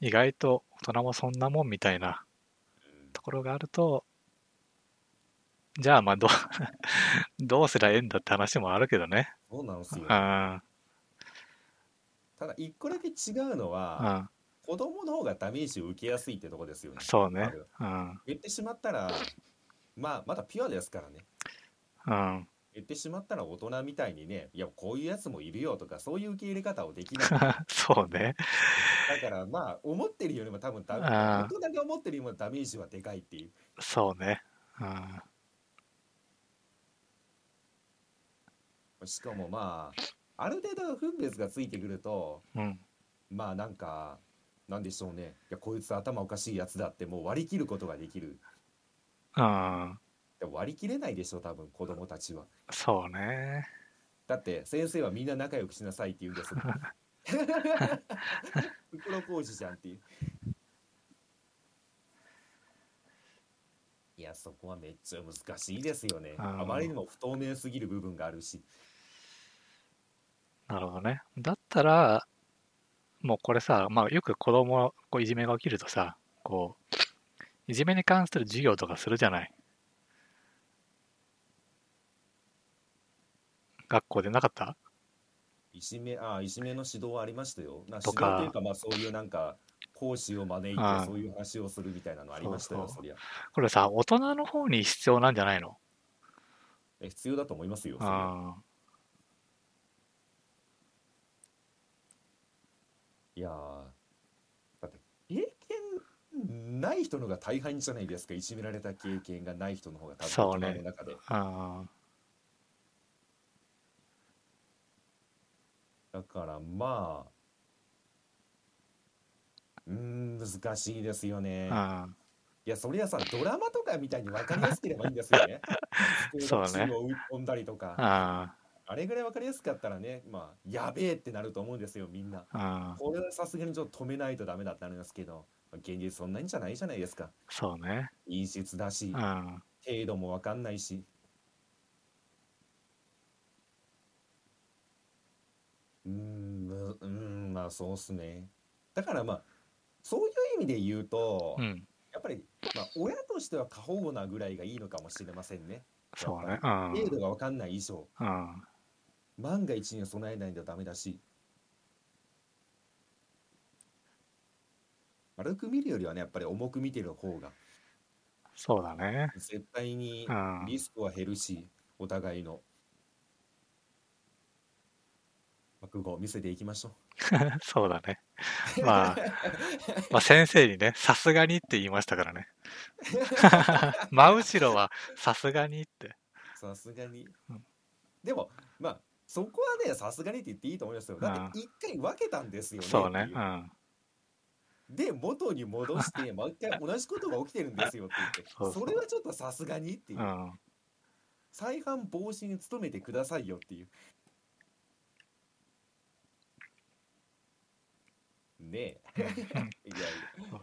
B: 意外と大人もそんなもんみたいなところがあるとじゃあまあどう どうすりゃええんだって話もあるけどね
A: そうなんです
B: う
A: よ
B: んうん
A: ただ一個だけ違うのは、子供の方がダメージを受けやすいってとこですよね
B: そうね
A: ある
B: うん
A: 言ってしまったらまあまだピュアですからね
B: うん
A: 言ってしまったら大人みたいにねいやこういうやつもいるよとかそういう受け入れ方をできない
B: そうね
A: だからまあ思ってるよりも多分ダメ
B: あー
A: 大人が思ってるよりもダメージはでかいっていう
B: そうねうん
A: しかもまあある程度の分別がついてくると
B: うん
A: まあなんかなんでしょうねいやこいつ頭おかしいやつだってもう割り切ることができる
B: うん
A: でも割り切れないでしょ多分子供たちは
B: そうね
A: だって先生はみんな仲良くしなさいって言うんですもん 袋小路じゃんっていういやそこはめっちゃ難しいですよね
B: あー
A: あまりにも不透明すぎる部分があるし
B: なるほどねだったらもうこれさ、まあ、よく子供こういじめが起きるとさこういじめに関する授業とかするじゃない学校でなかった
A: いじめあいじめの指導はありましたよ。な
B: とか
A: 指導というか、まあ、そういうなんか講師を招いて
B: ああ
A: そういう話をするみたいなのありましたよ、
B: そうそう
A: そりゃ。
B: これさ、大人の方に必要なんじゃないの
A: え必要だと思いますよ。それは
B: あ
A: いやーだって経験ない人のが大半じゃないですかいじめられた経験がない人の方が多分
B: そうね
A: 大人の中で。
B: あ、あ
A: だからまあうーん難しいですよね。
B: あ、
A: いやそりゃさドラマとかみたいに分かりやすければいいんですよね。
B: そうね
A: 机の宙を飛んだりとか。
B: あ
A: あれぐらい分かりやすかったらね、まあ、やべえってなると思うんですよ、みんな。
B: あ、ああ、
A: これはさすがにちょっと止めないとダメだってなりますけど、まあ現実そんなんじゃないじゃないですか。
B: そうね。
A: 陰湿だし、程
B: あ
A: 度も分かんないし。うーん、むうーん、まあそうっすね。だからまあ、そういう意味で言うと、
B: うん、
A: やっぱり、まあ、親としては過保護なぐらいがいいのかもしれませんね。
B: そうね。うん、
A: 程度が分かんない以上、
B: うん、
A: 万が一に備えないとダメだし軽く見るよりはねやっぱり重く見てる方が
B: そうだね。
A: 絶対に
B: うん
A: リスクは減るしお互いの覚悟を見せていきましょう。
B: そうだね。まあ、まあ先生にね、さすがにって言いました からね。真後ろはさすがにって。
A: さすがに、
B: うん
A: でもまあそこはねさすがにって言っていいと思いますよだって一回分けたんですよね
B: そうね
A: っ。て
B: う。
A: いうんで元に戻し てもう一回同じことが起きてるんですよって言って
B: そ
A: そう
B: そう
A: れはちょっとさすがにっていう、
B: うん。
A: 再犯防止に努めてくださいよっていうねえいやいや
B: ま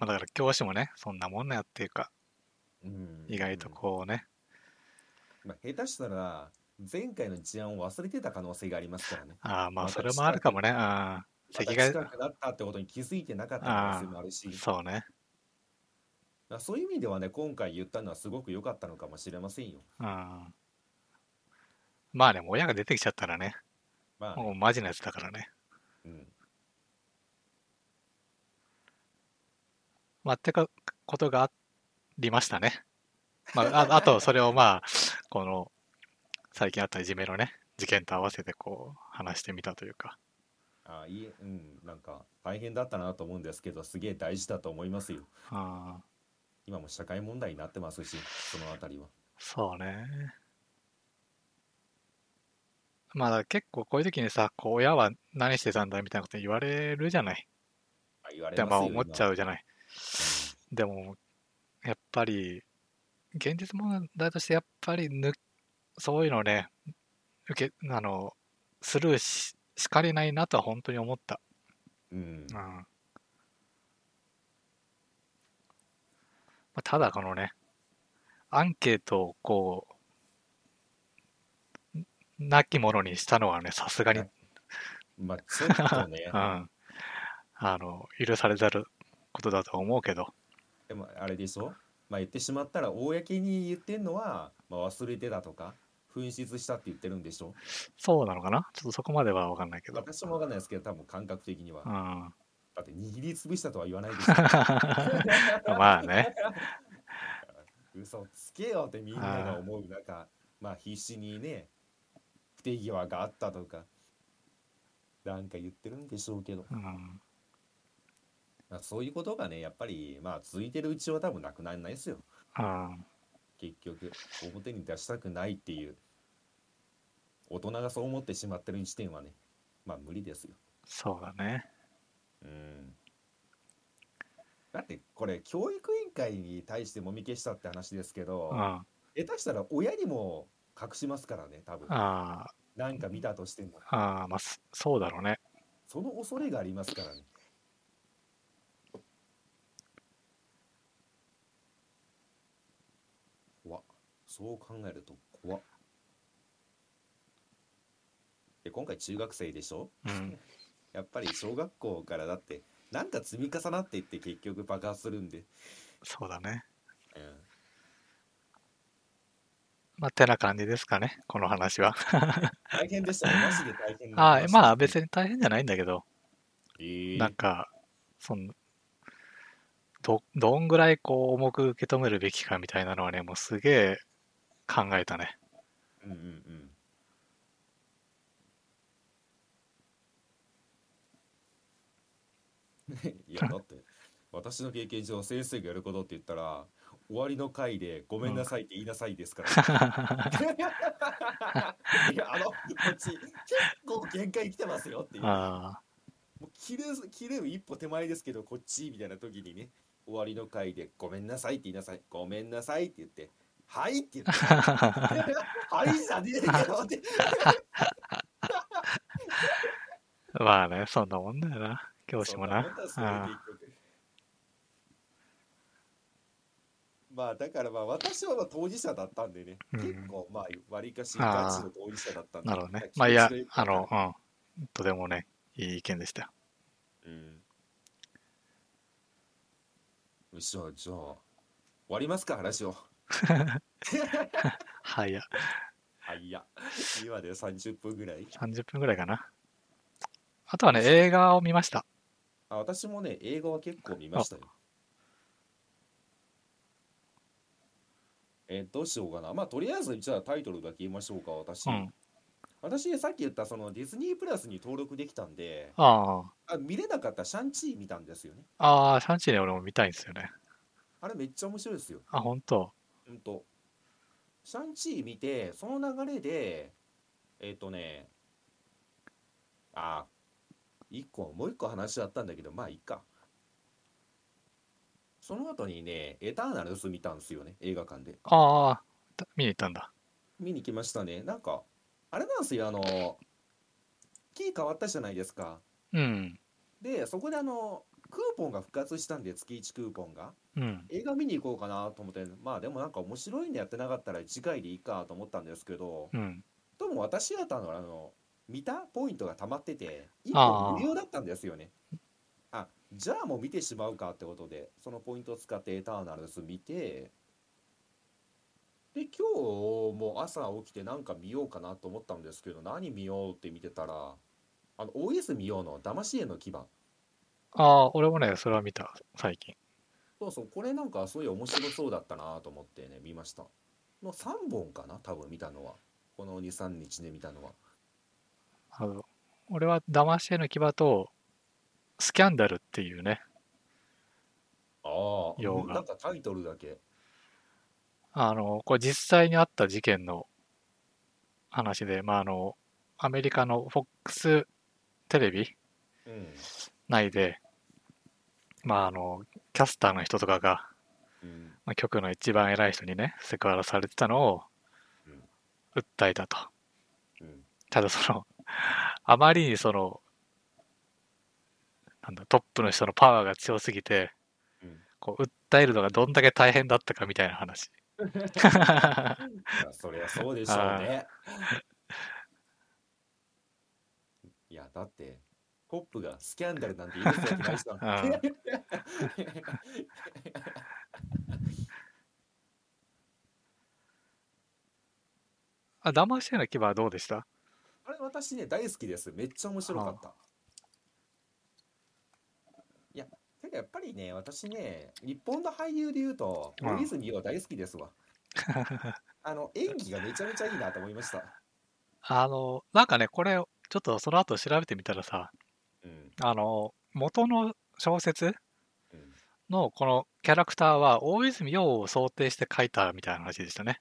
B: あだから教師もね、そんなもんなやっていうか、
A: うん
B: 意外とこうね、
A: うんまあ、下手したら前回の事案を忘れてた可能性があります からね
B: ああまあ
A: また
B: それもあるかもね。うん。
A: また
B: 席
A: 近
B: が、
A: くなったってことに気づいてなかった可能性もあるし
B: そうね。
A: まあそういう意味ではね今回言ったのはすごく良かったのかもしれませんよ。
B: うん。まあでも親が出てきちゃったらね、
A: まあね、
B: もうマジなやつだからね。
A: うん、
B: まあってかことがありましたね。まあ、ああとそれをまあ、この最近あったいじめのね、事件と合わせてこう話してみたというか。
A: あいいえうんなんか大変だったなと思うんですけどすげえ大事だと思いますよ。
B: うん。
A: 今も社会問題になってますしそのあたりは。
B: そうね。まあだから結構こういう時にさ、こう親は何してたんだみたいなこと言われるじゃない。
A: あ言わ
B: っ
A: れ
B: て
A: ますよ
B: まあ思っちゃうじゃない。
A: 今
B: でも、やっぱり、現実問題として、やっぱりぬ、そういうのをね、受け、あの、スルーし、しかれないなとは本当に思った。
A: うん
B: うん。まあ、ただ、このね、アンケートをこう、んなきものにしたのはね、さすがに、う
A: はいまあちょっ とね
B: ん。あの、許されざることだとは思うけど、
A: でもあれでしょまあ言ってしまったら公に言ってんのは、まあ、忘れてたとか紛失したって言ってるんでしょ
B: そうなのかなちょっとそこまでは分かんないけど。
A: 私もわかんないですけど多分感覚的には、
B: うん。
A: だって握りつぶしたとは言わないでしょ
B: まあね。
A: 嘘つけよってみんなが思う中まあ必死にね不手際があったとかなんか言ってるんでしょうけど、
B: うん。
A: まあ、そういうことがねやっぱりまあ続いてるうちは多分なくならないですよ
B: うん。
A: 結局表に出したくないっていう大人がそう思ってしまってる時点はねまあ無理ですよ
B: そうだね。
A: うんだってこれ教育委員会に対してもみ消したって話ですけど、
B: うん。あ
A: 下手したら親にも隠しますからね多分
B: あ、
A: なんか見たとしても
B: ああ、まあ、そそうだろうね。
A: その恐れがありますからね怖っそう考えると怖っで今回中学生でしょ
B: うん。
A: やっぱり小学校からだってなんか積み重なっていって結局爆発するんで、
B: そうだね。
A: うん
B: まあ、てな感じですかね。この話は。
A: 大変でしたねマジで大変
B: ああ、まあ、別
A: に、
B: に大変じゃないんだけど、
A: え
B: なんか、その、ど、どんぐらいこう、重く受け止めるべきかみたいなのはね、もうすげえ考えたね。
A: うんうんうんね いやだって私の経験上先生がやることって言ったら終わりの回で「ごめんなさい」って言いなさいですから、 いやあのこっち結構限界来てますよっていうも
B: あ
A: う切る切る一歩手前ですけどこっちみたいな時にね終わりの回で「ごめんなさい」って言いなさい「ごめんなさい」って言って「はい」って 言って
B: あ。
A: はいじゃねえよ って
B: まあね、そんなもんだよな。教師もな。
A: そんなもんだそれ結局まあだからまあ私はまあ当事者だったんでね、
B: うん
A: 結構まあわりかしガチの当事者だった
B: う
A: ん
B: ん。
A: で
B: なるほどね。
A: 気持ち
B: まあ、いや
A: のいい、
B: あの、うん。とてもね、いい意見でしたよ。
A: うんよっしゃじゃあ終わりますか話を
B: はいや。
A: あいや今で30分ぐらい
B: 30分ぐらいかな。あとはね、映画を見ました。
A: あ私もね映画は結構見ましたよえーどうしようかなまあとりあえずじゃあタイトルだけ言いましょうか私、
B: うん。
A: 私さっき言ったそのディズニープラスに登録できたんで
B: あ
A: あ見れなかったシャンチー見たんですよね
B: あ、ああ、シャンチーで俺も見たいんですよね。
A: あれめっちゃ面白いですよ
B: あ、本当。
A: うんとシャンチー見てその流れでえっ、とねあ一個もう一個話あったんだけどまあいいかその後にねエターナルス見たんですよね映画館で
B: ああ、た見に行ったんだ。
A: 見に来ましたねなんかあれなんですよあのキー変わったじゃないですか
B: うん。
A: でそこであのクーポンが復活したんで月1クーポンが
B: うん。
A: 映画見に行こうかなと思ってまあでもなんか面白いのやってなかったら次回でいいかと思ったんですけど
B: うん。
A: でも私やったのはあの見たポイントが溜まってて1
B: あー
A: 本無料だったんですよねあじゃあもう見てしまうかってことでそのポイントを使ってエターナルズ見てで今日も朝起きてなんか見ようかなと思ったんですけど何見ようって見てたらあの OS 見ようの騙し絵の牙
B: ああ、俺もね、それは見た、最近。
A: そうそう、これなんかすごい面白そうだったなと思ってね、見ました。の3本かな、多分見たのは。この2、3日で見たのは。
B: あの俺は騙し絵の牙と、スキャンダルっていうね、
A: ああ、
B: 洋画
A: なんかタイトルだけ。
B: あの、これ実際にあった事件の話で、まあ、あの、アメリカの FOX テレビ
A: うん。
B: 内で、まあ、あの、キャスターの人とかが、
A: うん。
B: まあ、局の一番偉い人にね、セクハラされてたのを
A: うん
B: 訴えたと。
A: うん。
B: ただその、 あまりにその、なんだ、トップの人のパワーが強すぎて、
A: うん
B: こう、訴えるのがどんだけ大変だったかみたいな 話。
A: いやそりゃそうでしょうね。いや、だって、ポップがスキャンダルなんて言い出すわけないじゃん。
B: あ、騙しての牙はどうでした
A: あれ私ね大好きですめっちゃ面白かったいやてかやっぱりね私ね日本の俳優で言うと
B: うん
A: 大泉洋大好き ですわあの演技がめちゃめちゃいいなと思いました
B: あの、なんかね、これ、ちょっとその後調べてみたらさ、
A: うん
B: あの、元の小説
A: うん
B: のこのキャラクターは大泉洋を想定して書いたみたいな話でしたね。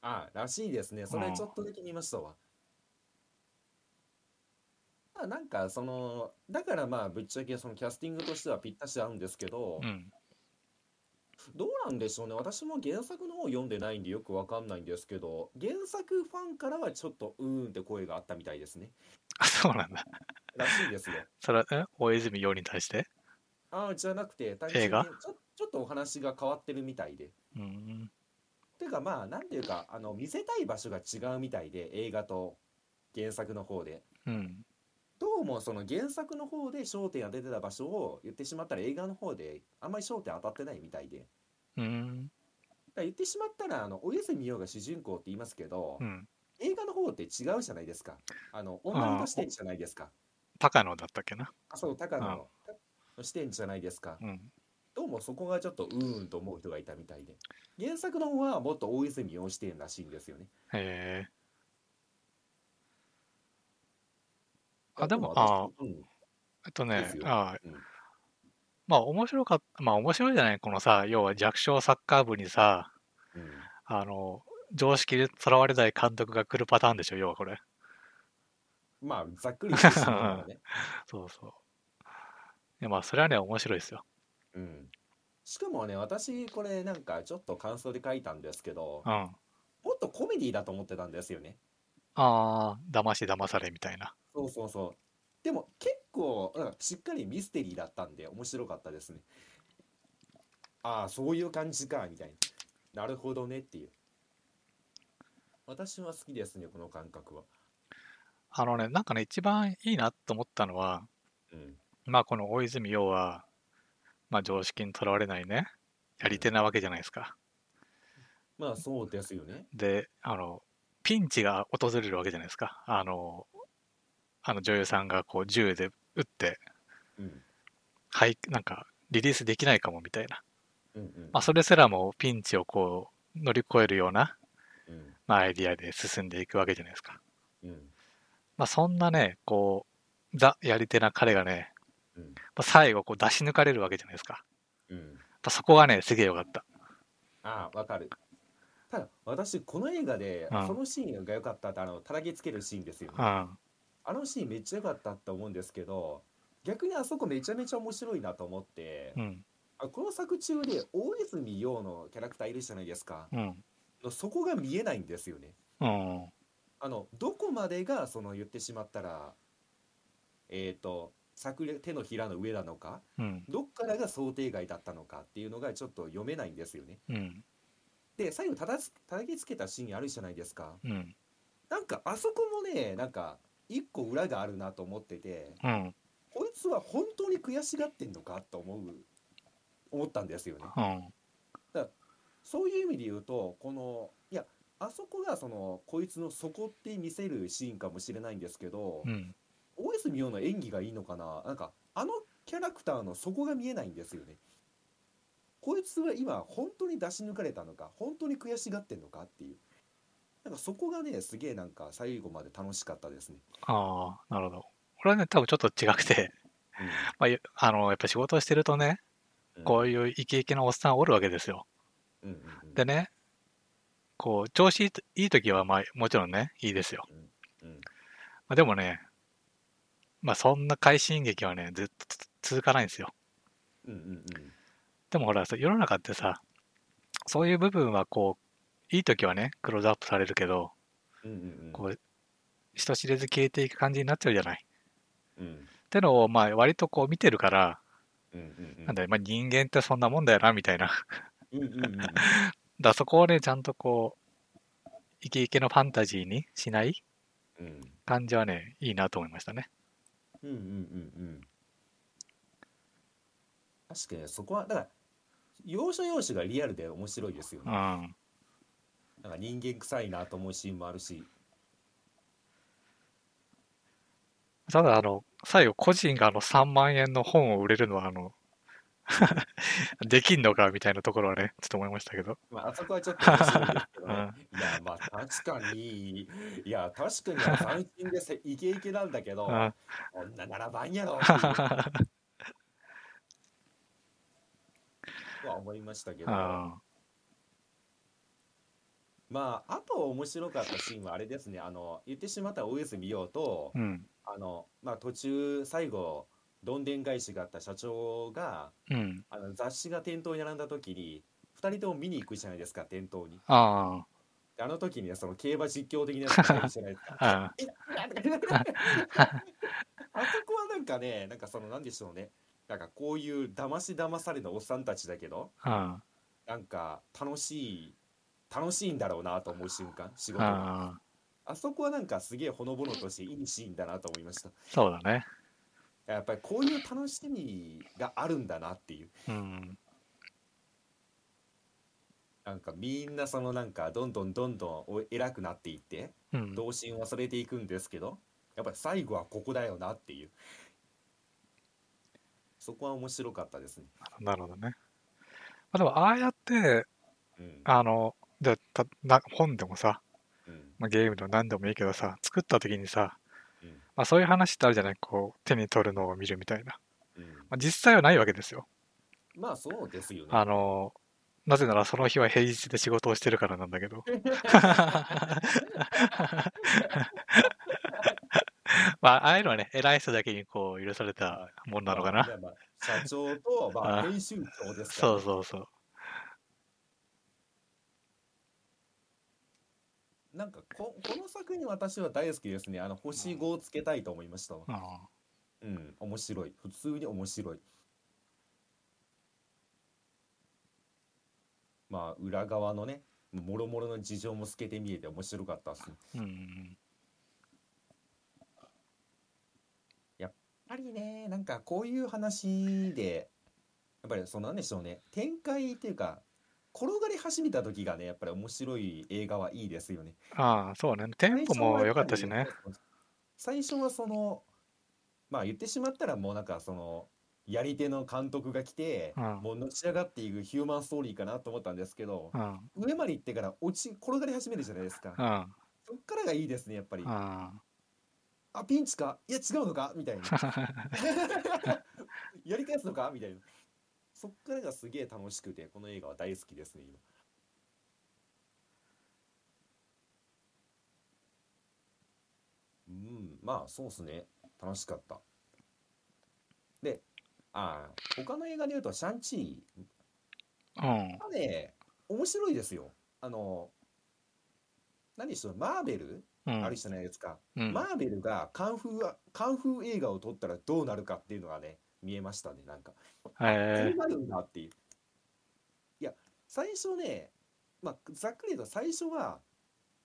A: あらしいですねそれちょっとだけ見ましたわ、まあなんかそのだからまあぶっちゃけそのキャスティングとしてはぴったし合うんですけど、
B: うん。
A: どうなんでしょうね私も原作の方読んでないんでよくわかんないんですけど原作ファンからはちょっとうーんって声があったみたいですね
B: あ、そうなんだ。
A: らしいで すよ
B: それは、え大泉洋に対して
A: ああじゃなくて単純に
B: 映画
A: ちょちょっとお話が変わってるみたいで
B: うん。
A: ていうかまあなんていうかあの見せたい場所が違うみたいで映画と原作の方で
B: うん。
A: どうもその原作の方で焦点が出てた場所を言ってしまったら映画の方であんまり焦点当たってないみたいでだか
B: うん。
A: ら言ってしまったらあのお泉洋が主人公って言いますけど、
B: うん。
A: 映画の方って違うじゃないですか。あの、女の視点じゃないですか。
B: 高野だったっけな。
A: あ、そう、高野のの視点じゃないですか
B: う。ん。
A: どうもそこがちょっとうーんと思う人がいたみたいで。原作の方はもっと大泉洋視点らしいんですよね。
B: へえ。あ、でも、
A: だから
B: あ
A: 私うん、
B: えっと
A: で
B: ね
A: す、よ
B: あ
A: うん
B: まあ面白かった、まあ面白いじゃない、このさ、要は弱小サッカー部にさ、
A: うん
B: あの、常識でとらわれない監督が来るパターンでしょ、要はこれ。
A: まあ、ざっくりしてしまうのね。
B: そうそう。いやまあ、それはね、面白いですよ。
A: うん。しかもね、私、これなんかちょっと感想で書いたんですけど
B: う、ん。あ
A: もっとコメディだと思ってたんですよね。
B: あー、騙し騙されみたいな。
A: そうそうそう。でも結構、うんしっかりミステリーだったんで面白かったですね。ああ、そういう感じか、みたいな。なるほどねっていう。私は好きですね、この感覚は。
B: あのね、なんかね、一番いいなと思ったのは、
A: うん。
B: まあこの大泉洋は、まあ常識にとらわれないね、やり手なわけじゃないですか。
A: まあそうですよね。
B: で、あの、ピンチが訪れるわけじゃないですか。あの、あの女優さんがこう銃で撃って、
A: うん。
B: はい、なんかリリースできないかもみたいな。
A: うんうん。
B: まあそれすらもピンチをこう乗り越えるような、
A: うん
B: まあ、アイディアで進んでいくわけじゃないですか。
A: うん。
B: まあ、そんなね、こう、ザ・やり手な彼がね、
A: うん
B: まあ、最後こう出し抜かれるわけじゃないですか。
A: うん
B: やっぱそこがね、すげえよかった。
A: ああわかるただ私この映画で、
B: うん
A: そのシーンが良かったってあの叩きつけるシーンですよね、
B: うん。
A: あのシーンめっちゃ良かったと思うんですけど逆にあそこめちゃめちゃ面白いなと思って、
B: うん。
A: あこの作中で大泉洋のキャラクターいるじゃないですか
B: うん。
A: のそこが見えないんですよね
B: うん。
A: あのどこまでがその言ってしまったらえっ、と策略手のひらの上なのか
B: うん。
A: どっからが想定外だったのかっていうのがちょっと読めないんですよね
B: うん。
A: で最後たたつ叩きつけたシーンあるじゃないですか
B: うん。
A: なんかあそこもねなんか一個裏があるなと思ってて
B: うん。
A: こいつは本当に悔しがってんのかと思う思ったんですよね
B: うん。
A: そういう意味で言うとこのいやあそこがそのこいつの底って見せるシーンかもしれないんですけど、
B: うん。
A: 大泉洋の演技がいいのかななんかあのキャラクターの底が見えないんですよねこいつは今本当に出し抜かれたのか本当に悔しがってんのかっていうなんかそこがねすげえなんか最後まで楽しかったですね、
B: ああ、なるほど。これはね、多分ちょっと違くて、 まあ、ゆあの、やっぱ仕事をしてるとね、
A: うん
B: こういうイケイケなおっさんおるわけですよ。
A: うんうんうん
B: でね、こう、調子いいいい時は、まあ、もちろんね、いいですよ。
A: うん
B: まあ、でもね、まあ、そんな快進撃はね、ずっと続かないんですよ。
A: うんうん
B: でもほら、そう世の中ってさ、そういう部分はこう、いい時はね、クローズアップされるけど、
A: うんうんうん
B: こう、人知れず消えていく感じになっちゃうじゃない。
A: うん
B: ってのを、まあ、割とこう見てるから、
A: うんうんうん
B: なんだよ、まあ、人間ってそんなもんだよな、みたいな。 だか
A: うんうんうん
B: らそこをね、ちゃんとこう、イケイケのファンタジーにしない
A: うん
B: 感じはね、いいなと思いましたね。
A: うんうんうんうん確かにそこはだから要所要所がリアルで面白いですよ
B: う
A: ね、
B: ん。
A: なんか人間臭いなと思うシーンもあるし、
B: ただ、あの、最後、個人があの3万円の本を売れるのは、あの、 できんのかみたいなところはね、ちょっと思いましたけど。
A: まあ、あそこはちょっと面白いですけど、
B: うん
A: いやまあ確かにいや確かには斬新でせイケイケなんだけど、
B: うん。
A: こんなならばんやろっていう とは思いましたけど、
B: うん
A: まああと面白かったシーンはあれですねあの言ってしまったら大泉洋と、
B: うん。
A: あのまあ途中最後どんでん返しがあった社長が
B: うん。
A: あの雑誌が店頭に並んだ時に2人とも見に行くじゃないですか店頭に
B: あ
A: であの時にねその競馬実況的なやつがいるじゃない ですか
B: あ。
A: あそこはなんかねなんかそのなんでしょうねなんかこういう騙し騙されのおっさんたちだけど
B: うん。
A: なんか楽しい楽しいんだろうなと思う瞬間仕事
B: う
A: が
B: ん。
A: あそこはなんかすげえほのぼのとしていいシーンだなと思いました
B: そうだね。
A: やっぱりこういう楽しみがあるんだなっていう
B: うん。
A: なんかみんなそのなんかどんどんどんどんお偉くなっていって
B: うん。
A: 童心を忘れていくんですけどやっぱり最後はここだよなっていうそこは面白かったですね。
B: なるほどね。まあ、でも、ああやって、
A: うん
B: あの、じゃあたな本でもさ、
A: うん
B: まあ、ゲームでも何でもいいけどさ、作った時にさ、
A: うん
B: まあ、そういう話ってあるじゃないこう、手に取るのを見るみたいな。
A: うん
B: まあ、実際はないわけですよ。
A: まあそうですよね。
B: あの、なぜならその日は平日で仕事をしてるからなんだけ ど。 まあ、ああいうのはね、偉い人だけにこう、許されたもんなのか
A: まあ
B: な。
A: まあまあ社長 と、ま
B: あ
A: あ、編集長ですから、
B: そうそうそう。
A: なんかここの作品私は大好きですね。あの星5をつけたいと思いましたわ。
B: うん
A: うん、面白い。普通に面白い。まあ、裏側のね、もろもろの事情も透けて見えて面白かったっすね。
B: うん。
A: やっぱりね、なんかこういう話で、やっぱりそのなんでしょうね、展開っていうか、転がり始めた時がね、やっぱり面白い映画はいいですよね。
B: ああ、そうね。テンポも良かったしね。
A: 最初はそのまあ言ってしまったらもうなんかそのやり手の監督が来て、
B: うん
A: もうのし上がっていくヒューマンストーリーかなと思ったんですけど
B: う、ん。
A: 上まで行ってから落ち転がり始めるじゃないですか、
B: うん。
A: そっからがいいですねやっぱり、
B: うん。
A: あピンチかいや違うのかみたいなやり返すのかみたいなそっからがすげえ楽しくてこの映画は大好きですね今うんまあそうっすね楽しかったであー他の映画で言うとシャンチ
B: うん。
A: ーまあね面白いですよあの何しろマーベル、
B: う
A: ある
B: ん。
A: じゃないですか
B: うん
A: マ。ーベルがカンフーはカンフー映画を撮ったらどうなるかっていうのがね見えましたねなんか、そ
B: え
A: うなるんだっていういや最初ねまあざっくり言うと最初は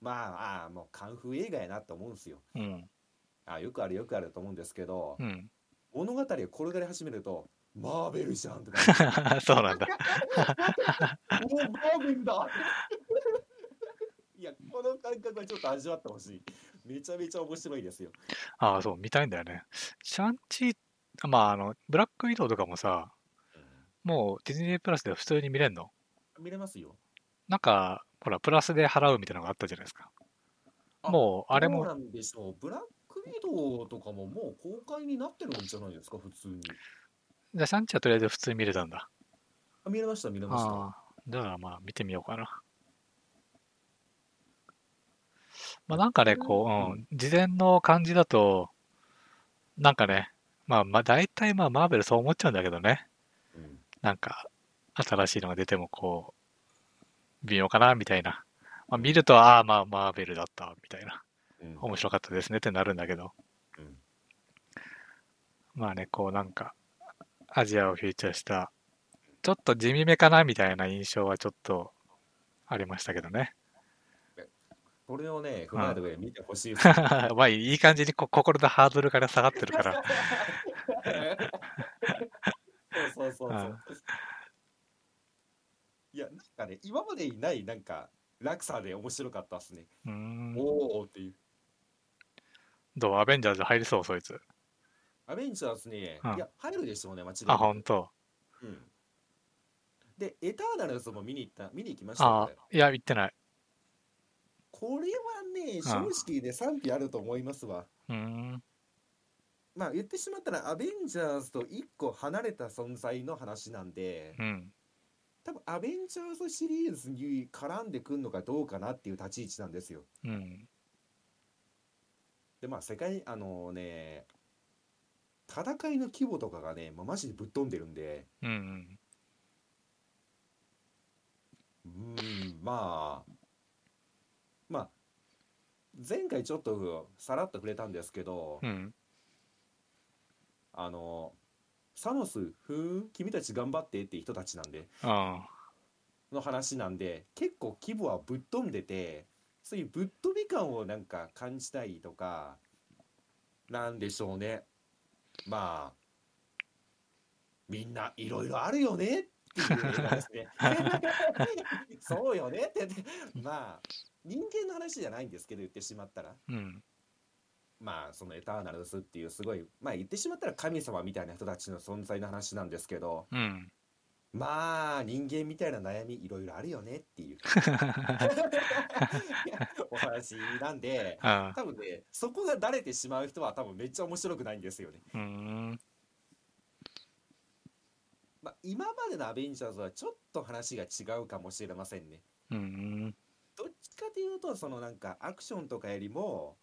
A: まあああもうカンフー映画やなと思うんですよ
B: ーうん。
A: ああよくあるよくあると思うんですけど、
B: うん。
A: 物語を転がり始めるとマーベルじゃんとか
B: そうなんだ。
A: もうマーベルだ いやこの感覚はちょっと味わってほしいめちゃめちゃ面白いですよ
B: ああ、そう、見たいんだよね。シャンチー、あまあ、あの、ブラック移動とかもさ、もうディズニープラスで普通に見れんの
A: 見れますよ
B: なんか、ほら、プラスで払うみたいなのがあったじゃないですか。
A: あ
B: もう、あれ
A: どう
B: も、
A: なんでしょうブラックウィドウとかももう公開になってるんじゃないですか普通に
B: じゃあシャンチーはとりあえず普通に見れたんだ。
A: あ見れました見れました
B: ああ、だからまあ、見てみようかな。まあ、なんかね、こう、うん、事前の感じだと、なんかね、まあ、まあ、大体まあ、マーベルそう思っちゃうんだけどね。
A: うん
B: なんか新しいのが出てもこう微妙かなみたいな、まあ、見るとああまあマーベルだったみたいな
A: うん
B: 面白かったですねってなるんだけど
A: うん
B: まあねこうなんかアジアをフィーチャーしたちょっと地味めかなみたいな印象はちょっとありましたけどね
A: これをね踏まえた上で見てほしいです
B: まあいい感じにこ心のハードルから下がってるから
A: そうそうそうそううんいやなんかね今までにないなんか落差で面白かったっすね、
B: うーん
A: おおっていう
B: どうアベンジャーズ入りそうそいつ
A: アベンジャーズね、
B: うん
A: いや入るでしょうね間違い
B: あ
A: なく
B: 本当
A: うんでエターナルズも見に行った見に行きましたよ
B: あ
A: ね
B: いや言ってない
A: これはね正直で賛否あると思いますわ、
B: うーん
A: まあ言ってしまったらアベンジャーズと1個離れた存在の話なんで
B: うん
A: 多分アベンジャーズシリーズに絡んでくるのかどうかなっていう立ち位置なんですよ
B: うん
A: でまあ世界あのね戦いの規模とかがね、まあ、マジでぶっ飛んでるんで
B: うんうん
A: うーんまあまあ前回ちょっとさらっと触れたんですけど、
B: うん
A: あのサノスふーん君たち頑張ってって人たちなんで
B: あ
A: の話なんで結構規模はぶっ飛んでてそういうぶっ飛び感をなんか感じたいとかなんでしょうねまあみんないろいろあるよねっていう映画ですねそうよねってまあ人間の話じゃないんですけど言ってしまったら
B: うん
A: まあそのエターナルスっていうすごいまあ言ってしまったら神様みたいな人たちの存在の話なんですけど
B: うん
A: まあ人間みたいな悩みいろいろあるよねっていうお話なんで
B: あ
A: 多分ねそこがだれてしまう人は多分めっちゃ面白くないんですよね、
B: うーん
A: まあ、今までの「アベンジャーズ」はちょっと話が違うかもしれませんね
B: うーん
A: どっちかというとそのなんかアクションとかよりも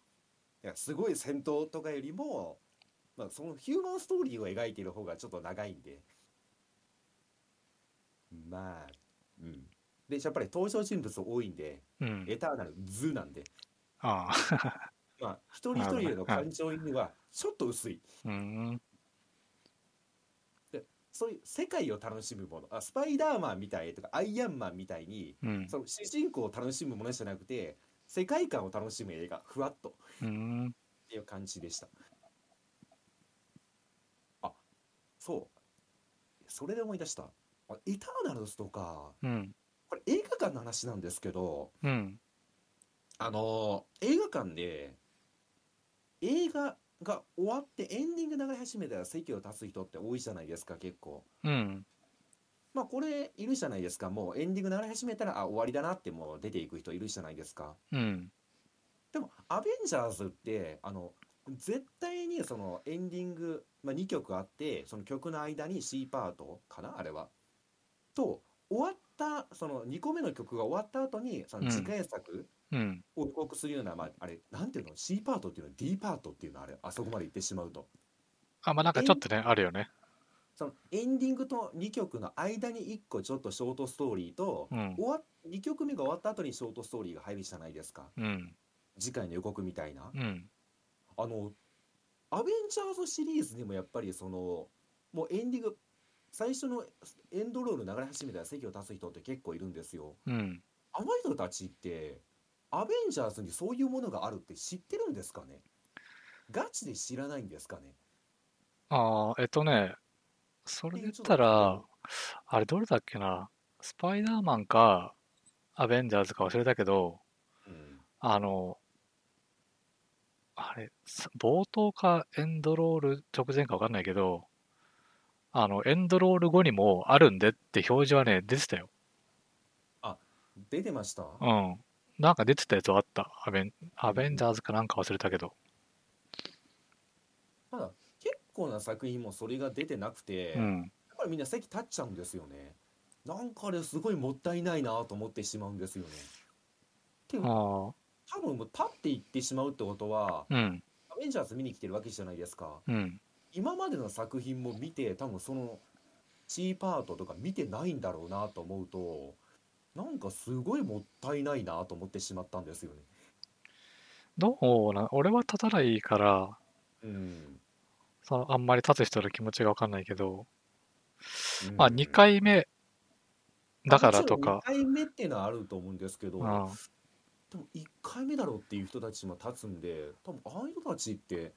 A: いやすごい戦闘とかよりも、まあ、そのヒューマンストーリーを描いている方がちょっと長いんでまあうんでやっぱり登場人物多いんで
B: うん
A: エターナル図なんで、
B: ああ
A: まあ、一人一人への感情移入はちょっと薄い、
B: うーん
A: そういう世界を楽しむものあスパイダーマンみたいとかアイアンマンみたいに
B: うん
A: その主人公を楽しむものじゃなくて世界観を楽しむ映画ふわっとっ
B: うーん
A: ていう感じでしたあそうそれで思い出したあエターナルズとか
B: うん
A: これ映画館の話なんですけど
B: うん
A: あのー映画館で映画が終わってエンディング流れ始めたら席を立つ人って多いじゃないですか結構
B: うん
A: まあこれいるじゃないですかもうエンディング流れ始めたらあ終わりだなってもう出ていく人いるじゃないですか
B: うん
A: でも「アベンジャーズ」ってあの絶対にそのエンディング、まあ、2曲あってその曲の間に C パートかなあれはと終わったその2個目の曲が終わった後にその次回作
B: うん。
A: を予告するような、まああれなんていうの C パートっていうの D パートっていうのあれあそこまで行ってしまうと
B: あ、まあなんかちょっとね、あるよね。
A: そのエンディングと2曲の間に1個ちょっとショートストーリーと、
B: うん
A: 終わっ2曲目が終わった後にショートストーリーが入るじゃないですか
B: うん。
A: 次回の予告みたいな。
B: うん。
A: あの、アベンジャーズシリーズにもやっぱりその、もうエンディング、最初のエンドロール流れ始めたら席を立つ人って結構いるんですよ。
B: うん。
A: あの人たちって、アベンジャーズにそういうものがあるって知ってるんですかねガチで知らないんですかね
B: ああ、えっとね、それで言ったら、あれどれだっけな、スパイダーマンか、アベンジャーズか忘れたけど、
A: うん。
B: あの、あれ、さ冒頭かエンドロール直前か分かんないけど、あの、エンドロール後にもあるんでって表示はね、出てたよ。
A: 出てました
B: うん。なんか出てたやつはあった。アベン、アベンジャーズかなんか忘れたけど。
A: ただ、結構な作品もそれが出てなくて、
B: う
A: やっ
B: ん。
A: ぱりみんな席立っちゃうんですよね。なんかあれすごいもったいないなと思ってしまうんですよね。でも
B: ああ、
A: 多分もう立っていってしまうってことは
B: うん、
A: アベンジャーズ見に来てるわけじゃないですか
B: うん。
A: 今までの作品も見て多分その C パートとか見てないんだろうなと思うとなんかすごいもったいないなと思ってしまったんですよね
B: どうな、俺は立たないから、
A: うん、
B: そのあんまり立つ人の気持ちが分かんないけど、まあ
A: うん
B: 2回目だからとか
A: も、ちろん2回目っていうのはあると思うんですけど
B: う
A: で
B: ん
A: も1回目だろうっていう人たちも立つんで多分ああいう人たちって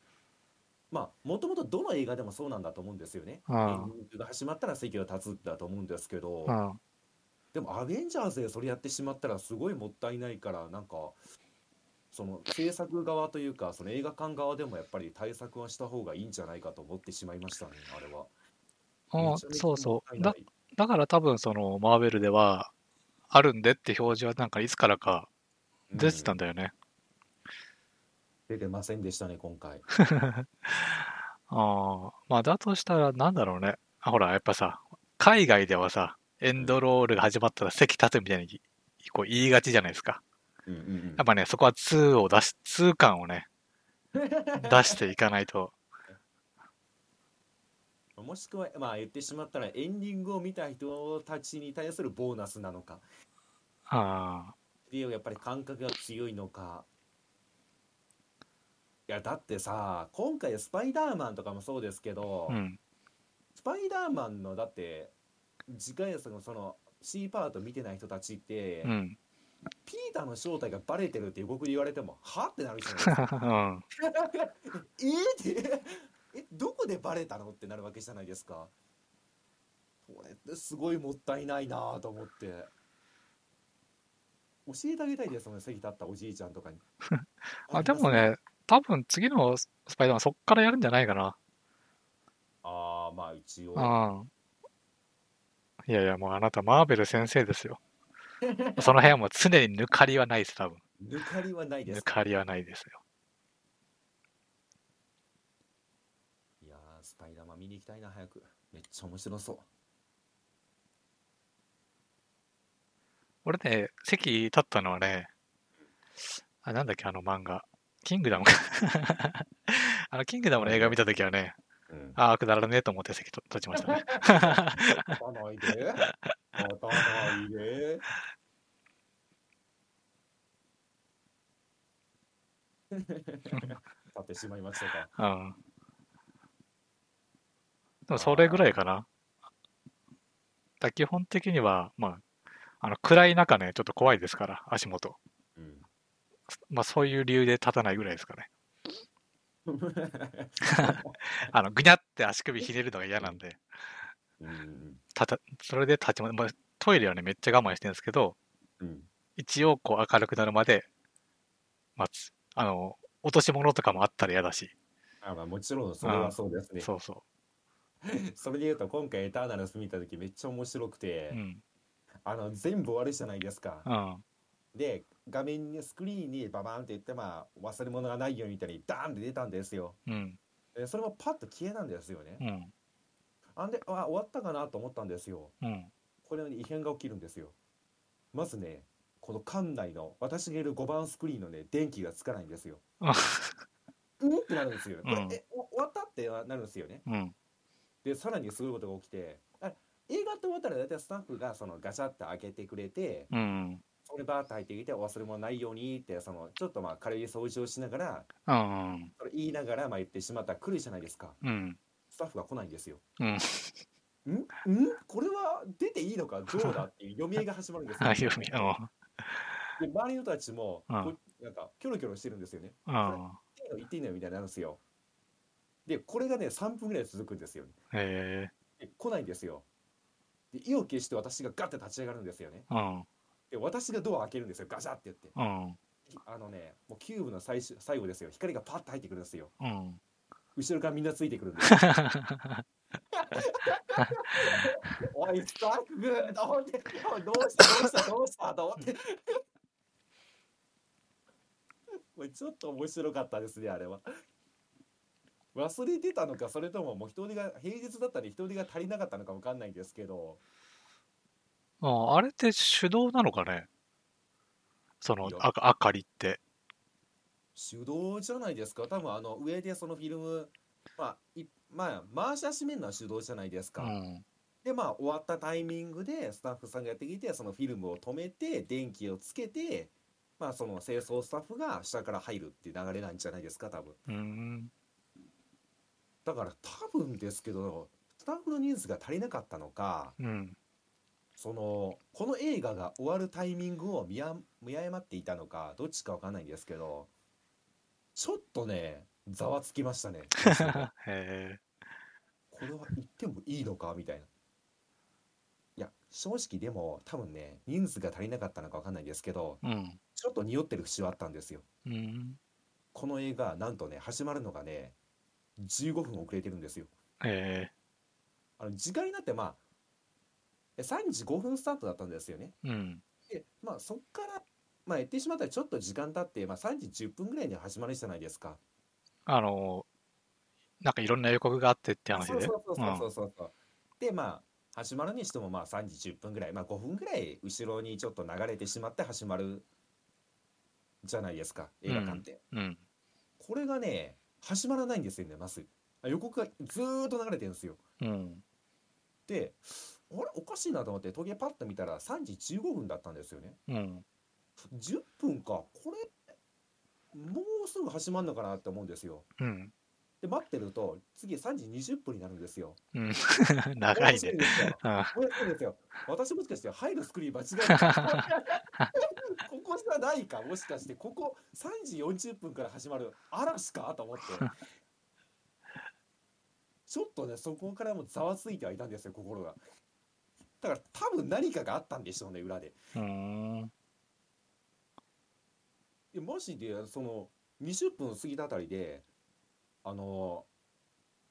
A: まあもともとどの映画でもそうなんだと思うんですよね。
B: うん
A: エンディングが始まったら席を立つんだと思うんですけど、
B: うん、
A: でもアベンジャーズでそれやってしまったらすごいもったいないからなんかその制作側というかその映画館側でもやっぱり対策はした方がいいんじゃないかと思ってしまいましたねあれは。
B: うん
A: めちゃめちゃ
B: そうそ
A: も
B: う
A: った
B: だ
A: いない
B: だから多分そのマーベルではあるんでって表示はなんかいつからか出てたんだよね、
A: うん出てませんでしたね今回。
B: ああまあだとしたらなんだろうねあほらやっぱさ海外ではさエンドロールが始まったら席立つみたいにこう言いがちじゃないですか
A: うんうんうん
B: やっぱねそこは2を出し2感をね出していかないと
A: もしくはまあ言ってしまったらエンディングを見た人たちに対するボーナスなのか
B: あ
A: でやっぱり感覚が強いのかいやだってさ今回スパイダーマンとかもそうですけど、
B: あうん
A: スパイダーマンのだって次回作のその C パート見てない人たちって、
B: うん
A: ピーターの正体がバレてるって予告で言われてもはってなるじゃないで すか
B: うん、
A: えーってえどこでバレたのってなるわけじゃないですかこれってすごいもったいないなぁと思って教えてあげたいですもんね席立ったおじいちゃんとかに
B: あでもね、多分次のスパイダーマンそっからやるんじゃないかな。
A: ああまあ一応
B: うん。いやいや、もうあなたマーベル先生ですよ。その辺はもう常に抜かりはないです、多分。
A: 抜かりはないで
B: 抜
A: す
B: かりはないですよ。
A: いやースパイダーマン見に行きたいな早くめっちゃ面白そう
B: 俺ね、席立ったのはね、あ、なんだっけ、あの漫画。キングダムか。 あの、キングダムの映画見たときはね、
A: うん、
B: ああ、くだらねえと思って席と立ちましたね。
A: 立たないで。立たないで。立ってしまいましたか。
B: うん。でもそれぐらいかな。だ基本的には、まあ、あの暗い中ね、ちょっと怖いですから、足元。
A: うん。
B: まあ、そういう理由で立たないぐらいですかね。あの、ぐにゃって足首ひねるのが嫌なんで、
A: うん。
B: 立た、それで立ちま、まあ、トイレはね、めっちゃ我慢してるんですけど、
A: うん。
B: 一応、こう、明るくなるまで待つ。あの、落とし物とかもあったら嫌だし、
A: あまあ、もちろんそれはそうですね。
B: そうそ
A: それで言うと今回エターナルス見た時めっちゃ面白くて、
B: う。うん。
A: あの全部終わるじゃないですか
B: う。ん。
A: で画面にスクリーンにババーンっていってまあ忘れ物がないようにみたいにダーンって出たんですよ
B: うん。
A: でそれもパッと消えなんですよね
B: うん。
A: あんであ終わったかなと思ったんですよ
B: うん。
A: これに異変が起きるんですよまずねこの館内の私がいる5番スクリーンのね電気がつかないんですよ
B: あ
A: うんってなるんですよ、これ
B: うん
A: えお終わったってなるんですよね
B: うん。
A: でさらにすごいことが起きてあ映画って終わったら大体スタッフがそのガチャって開けてくれて
B: うん。
A: それバーッと入ってきて忘れ物ないようにってそのちょっとまあ軽い掃除をしながら
B: うん。
A: それ言いながらまあ言ってしまったら来るじゃないですか
B: うん。
A: スタッフが来ないんですよ。
B: うん。
A: んんこれは出ていいのかどうだっていう読み合いが始まるんです よ。
B: あ、よみ、うん。
A: で周りの人たちも
B: うん
A: こうなんかキョロキョロしてるんですよね。
B: うん。
A: 言っていいのよみたいになるんですよ。でこれがね3分ぐらい続くんですよ。
B: へえ。
A: で来ないんですよ。で意を決して私がガッて立ち上がるんですよね。
B: うん。
A: で私がドアを開けるんですよガシャって言って。
B: うん。
A: あのねもうキューブの最終最後ですよ光がパッと入ってくるんですよ。
B: うん。
A: 後ろからみんなついてくるんですよ。おい、スタッフ、どうでどうした、どうした、どうした、どうって。これちょっと面白かったですね、あれは。忘れてたのか、それとももう人手が、平日だったり人手が足りなかったのかわかんないんですけど、
B: ああれって手動なのかねその
A: いや
B: あ、あかりって。
A: 手動じゃないですか。多分あの上でそのフィルム、まあ、いまあ、回し始めるのは手動じゃないです
B: う
A: か。
B: ん。
A: でまあ終わったタイミングでスタッフさんがやってきてそのフィルムを止めて電気をつけてまあその清掃スタッフが下から入るっていう流れなんじゃないですか多分
B: うん。
A: だから多分ですけどスタッフの人数が足りなかったのか
B: うん。
A: そのこの映画が終わるタイミングを見や見誤っていたのかどっちかわかんないんですけどちょっとねざわつきましたね
B: へえ。
A: これは言ってもいいのかみたいな。いや正直でも多分ね人数が足りなかったのかわかんないですけど
B: うん。
A: ちょっと匂ってる節はあったんですよ。
B: うん。
A: この映画なんとね始まるのがね15分遅れてるんですよ。
B: へえ。
A: あの時間になってまあえ3時5分スタートだったんですよね。
B: うん。
A: でまあそっからまあ言ってしまったらちょっと時間経って、まあ、3時10分ぐらいには始まるじゃないですか。
B: あの、なんかいろんな予告があってって話
A: そう
B: で。
A: そうそうそうそうそう。でまあ始まるにしてもまあ3時10分ぐらいまあ5分ぐらい後ろにちょっと流れてしまって始まるじゃないですか映画館って、
B: うん。
A: これがね始まらないんですよねまずあ予告がずーっと流れてるんですよ
B: うん。
A: であれおかしいなと思って時計パッと見たら3時15分だったんですよね
B: うん。
A: 10分かこれもうすぐ始まるのかなって思うんですよ
B: うん。
A: で待ってると次3時20分になるんですよ
B: うん。長い
A: こ
B: ね
A: れおかしん。ですよ
B: うん。
A: これそうですよ。私もしかして入るスクリーン間違えた。ここじゃないか。もしかしてここ3時40分から始まる嵐かと思って。ちょっとねそこからもざわついてはいたんですよ心が。だから多分何かがあったんでしょうね裏で。
B: うーん。
A: でもしでその20分過ぎたあたりであの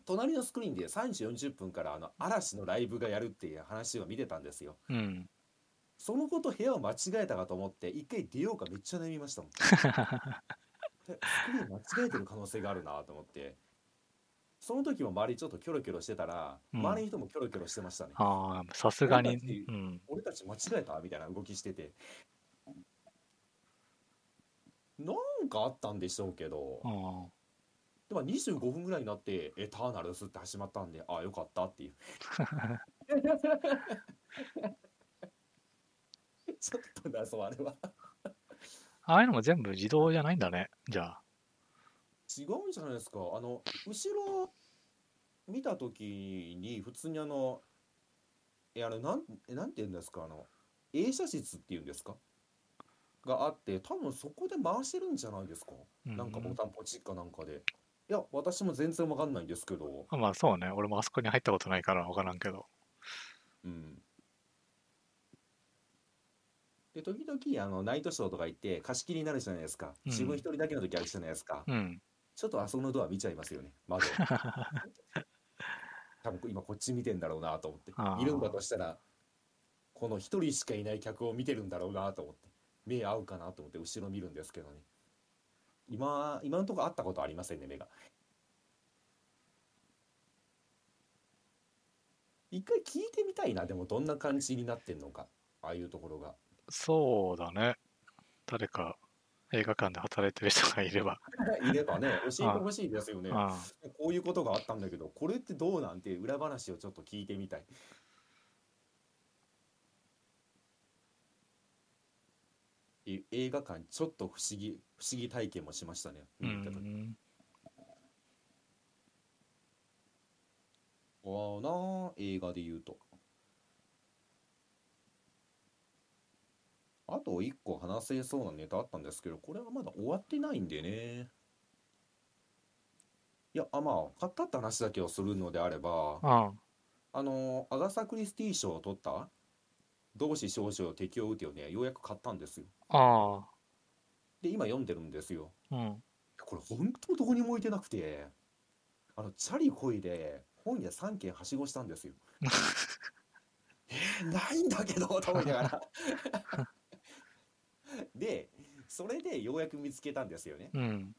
A: 隣のスクリーンで3時40分からあの嵐のライブがやるっていう話を見てたんですよ。
B: うん。
A: そのこと部屋を間違えたかと思って一回出ようかめっちゃ悩みましたもんでスクリーン間違えてる可能性があるなと思ってその時も周りちょっとキョロキョロしてたら、
B: うん
A: 周りの人もキョロキョロしてましたね
B: ああ、さすが
A: なんかってい
B: にう
A: う。
B: ん。
A: 俺たち間違えたみたいな動きしててなんかあったんでしょうけど
B: あー
A: でも25分ぐらいになって「エターナルス」って始まったんでああよかっ たっていうちょっと謎あれは
B: ああいうのも全部自動じゃないんだね。じゃあ。
A: 違うんじゃないですかあの後ろ見た時に普通にあのえあれなんなんて言うんですかあの映写室っていうんですかがあって多分そこで回してるんじゃないですか、
B: う
A: なんかボタンポチッかなんかでいや私も全然わかんないんですけど、
B: まあそうね。俺もあそこに入ったことないから分からんけど。
A: うん、で時々あのナイトショーとか行って貸し切りになるじゃないですか
B: うん
A: 自分一人だけの時あるじゃないですか、
B: うん。
A: ちょっとあそこのドア見ちゃいますよね、 窓。多分今こっち見てんだろうなと思って
B: あー
A: いるんだとしたらこの一人しかいない客を見てるんだろうなと思って目合うかなと思って後ろ見るんですけどね今今のところ会ったことありませんね目が一回聞いてみたいなでもどんな感じになってんのかああいうとこ ろが
B: そうだね。誰か映画館で働いてる人がいれば。
A: いればね教えてほしいですよね
B: あ
A: こういうことがあったんだけどこれってどうなんていう裏話をちょっと聞いてみたいえ映画館ちょっと不思議不思議体験もしましたね
B: う
A: 見に行った時
B: ん。
A: ああなあ映画で言うとあと一個話せそうなネタあったんですけどこれはまだ終わってないんでねいやあまあ買ったって話だけをするのであれば
B: あ
A: あのアガサ・クリスティ賞を取った同志少女を敵を撃てをねようやく買ったんですよ
B: あ。あ
A: で今読んでるんですよ
B: あ。うん。
A: これ本当どこにも置いてなくてあのチャリこいで本屋3軒はしごしたんですよえーないんだけどと思いながらでそれでようやく見つけたんですよね
B: うん。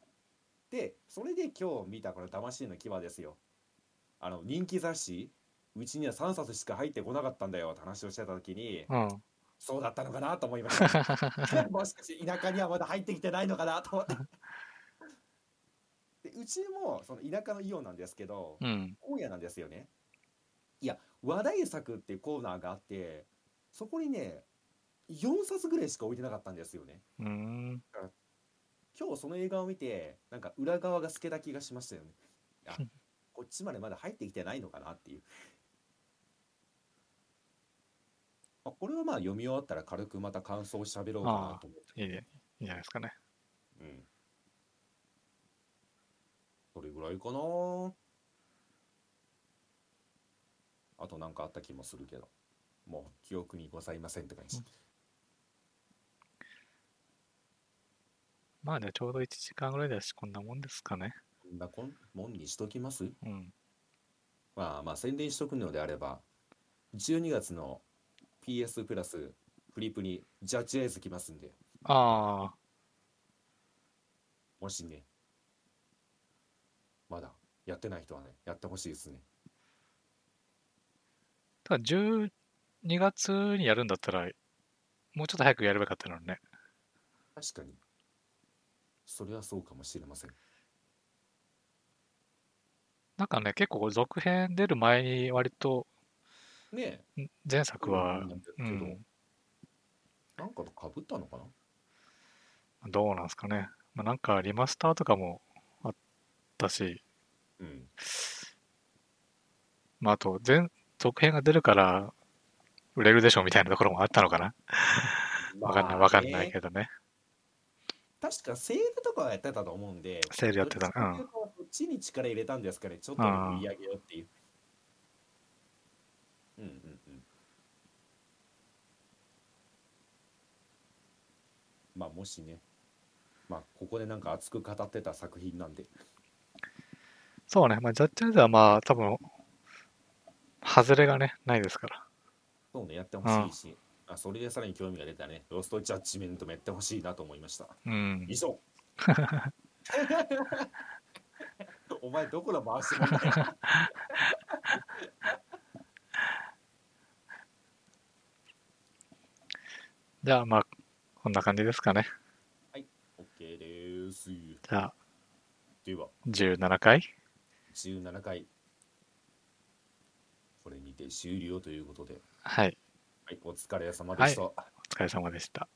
A: でそれで今日見たこの「騙し絵の牙」ですよあの人気雑誌うちには3冊しか入ってこなかったんだよって話をしてた時に
B: うん。
A: そうだったのかなと思いましたもしかして田舎にはまだ入ってきてないのかなと思ってでうちもその田舎のイオンなんですけど
B: うん。
A: 本屋なんですよねいや話題作っていうコーナーがあってそこにね4冊ぐらいしか置いてなかったんですよね
B: うん。
A: 今日その映画を見てなんか裏側が透けた気がしましたよねあこっちまでまだ入ってきてないのかなっていうあこれはまあ読み終わったら軽くまた感想を喋ろうかなと思って
B: いいね。いいんじゃないですかね。
A: うんそれぐらいかなあとなんかあった気もするけどもう記憶にございませんって感じ
B: まあじゃあちょうど1時間ぐらいだし、こんなもんですかね。
A: こんなこんもんにしときます
B: うん。
A: まあまあ宣伝しとくのであれば12月の PS プラスフリップにジャッジアイズ来ますんで
B: ああ。
A: もしねまだやってない人はねやってほしいですね
B: ただ12月にやるんだったら、もうちょっと早くやればよかったのにね。
A: 確かにそれはそうかもしれません
B: なんかね、結構続編出る前に割と
A: ねえ
B: ん前作は
A: なんだ、け
B: う
A: ど
B: ん、
A: なんかとかぶったのかな
B: どうなんですかね。まあ、なんかリマスターとかもあったし、
A: うん
B: まあ、あと前続編が出るから売れるでしょみたいなところもあったのかな。わかんない、わかんないけどね。
A: 確かセールとかはやってたと思うんで
B: セールやってた
A: どちらかというとこっちに力入れたんですかねちょっとでも売り上げようっていううんうんうんまあもしねまあここでなんか熱く語ってた作品なんで
B: そうね、まあ、ジャッジアイズはまあ、多分、外れがね、ないですから。
A: そうねやってほしいしあそれでさらに興味が出たねロストジャッジメントもやってほしいなと思いました
B: うん
A: 以。 上お前どこの回しもんだよ
B: じゃあまあ、こんな感じですかね。
A: OK です
B: じゃあ、
A: では
B: 17回。
A: 17回これにて終了ということで、
B: はい、
A: はい、お疲れ様でした、
B: お疲れ様でした。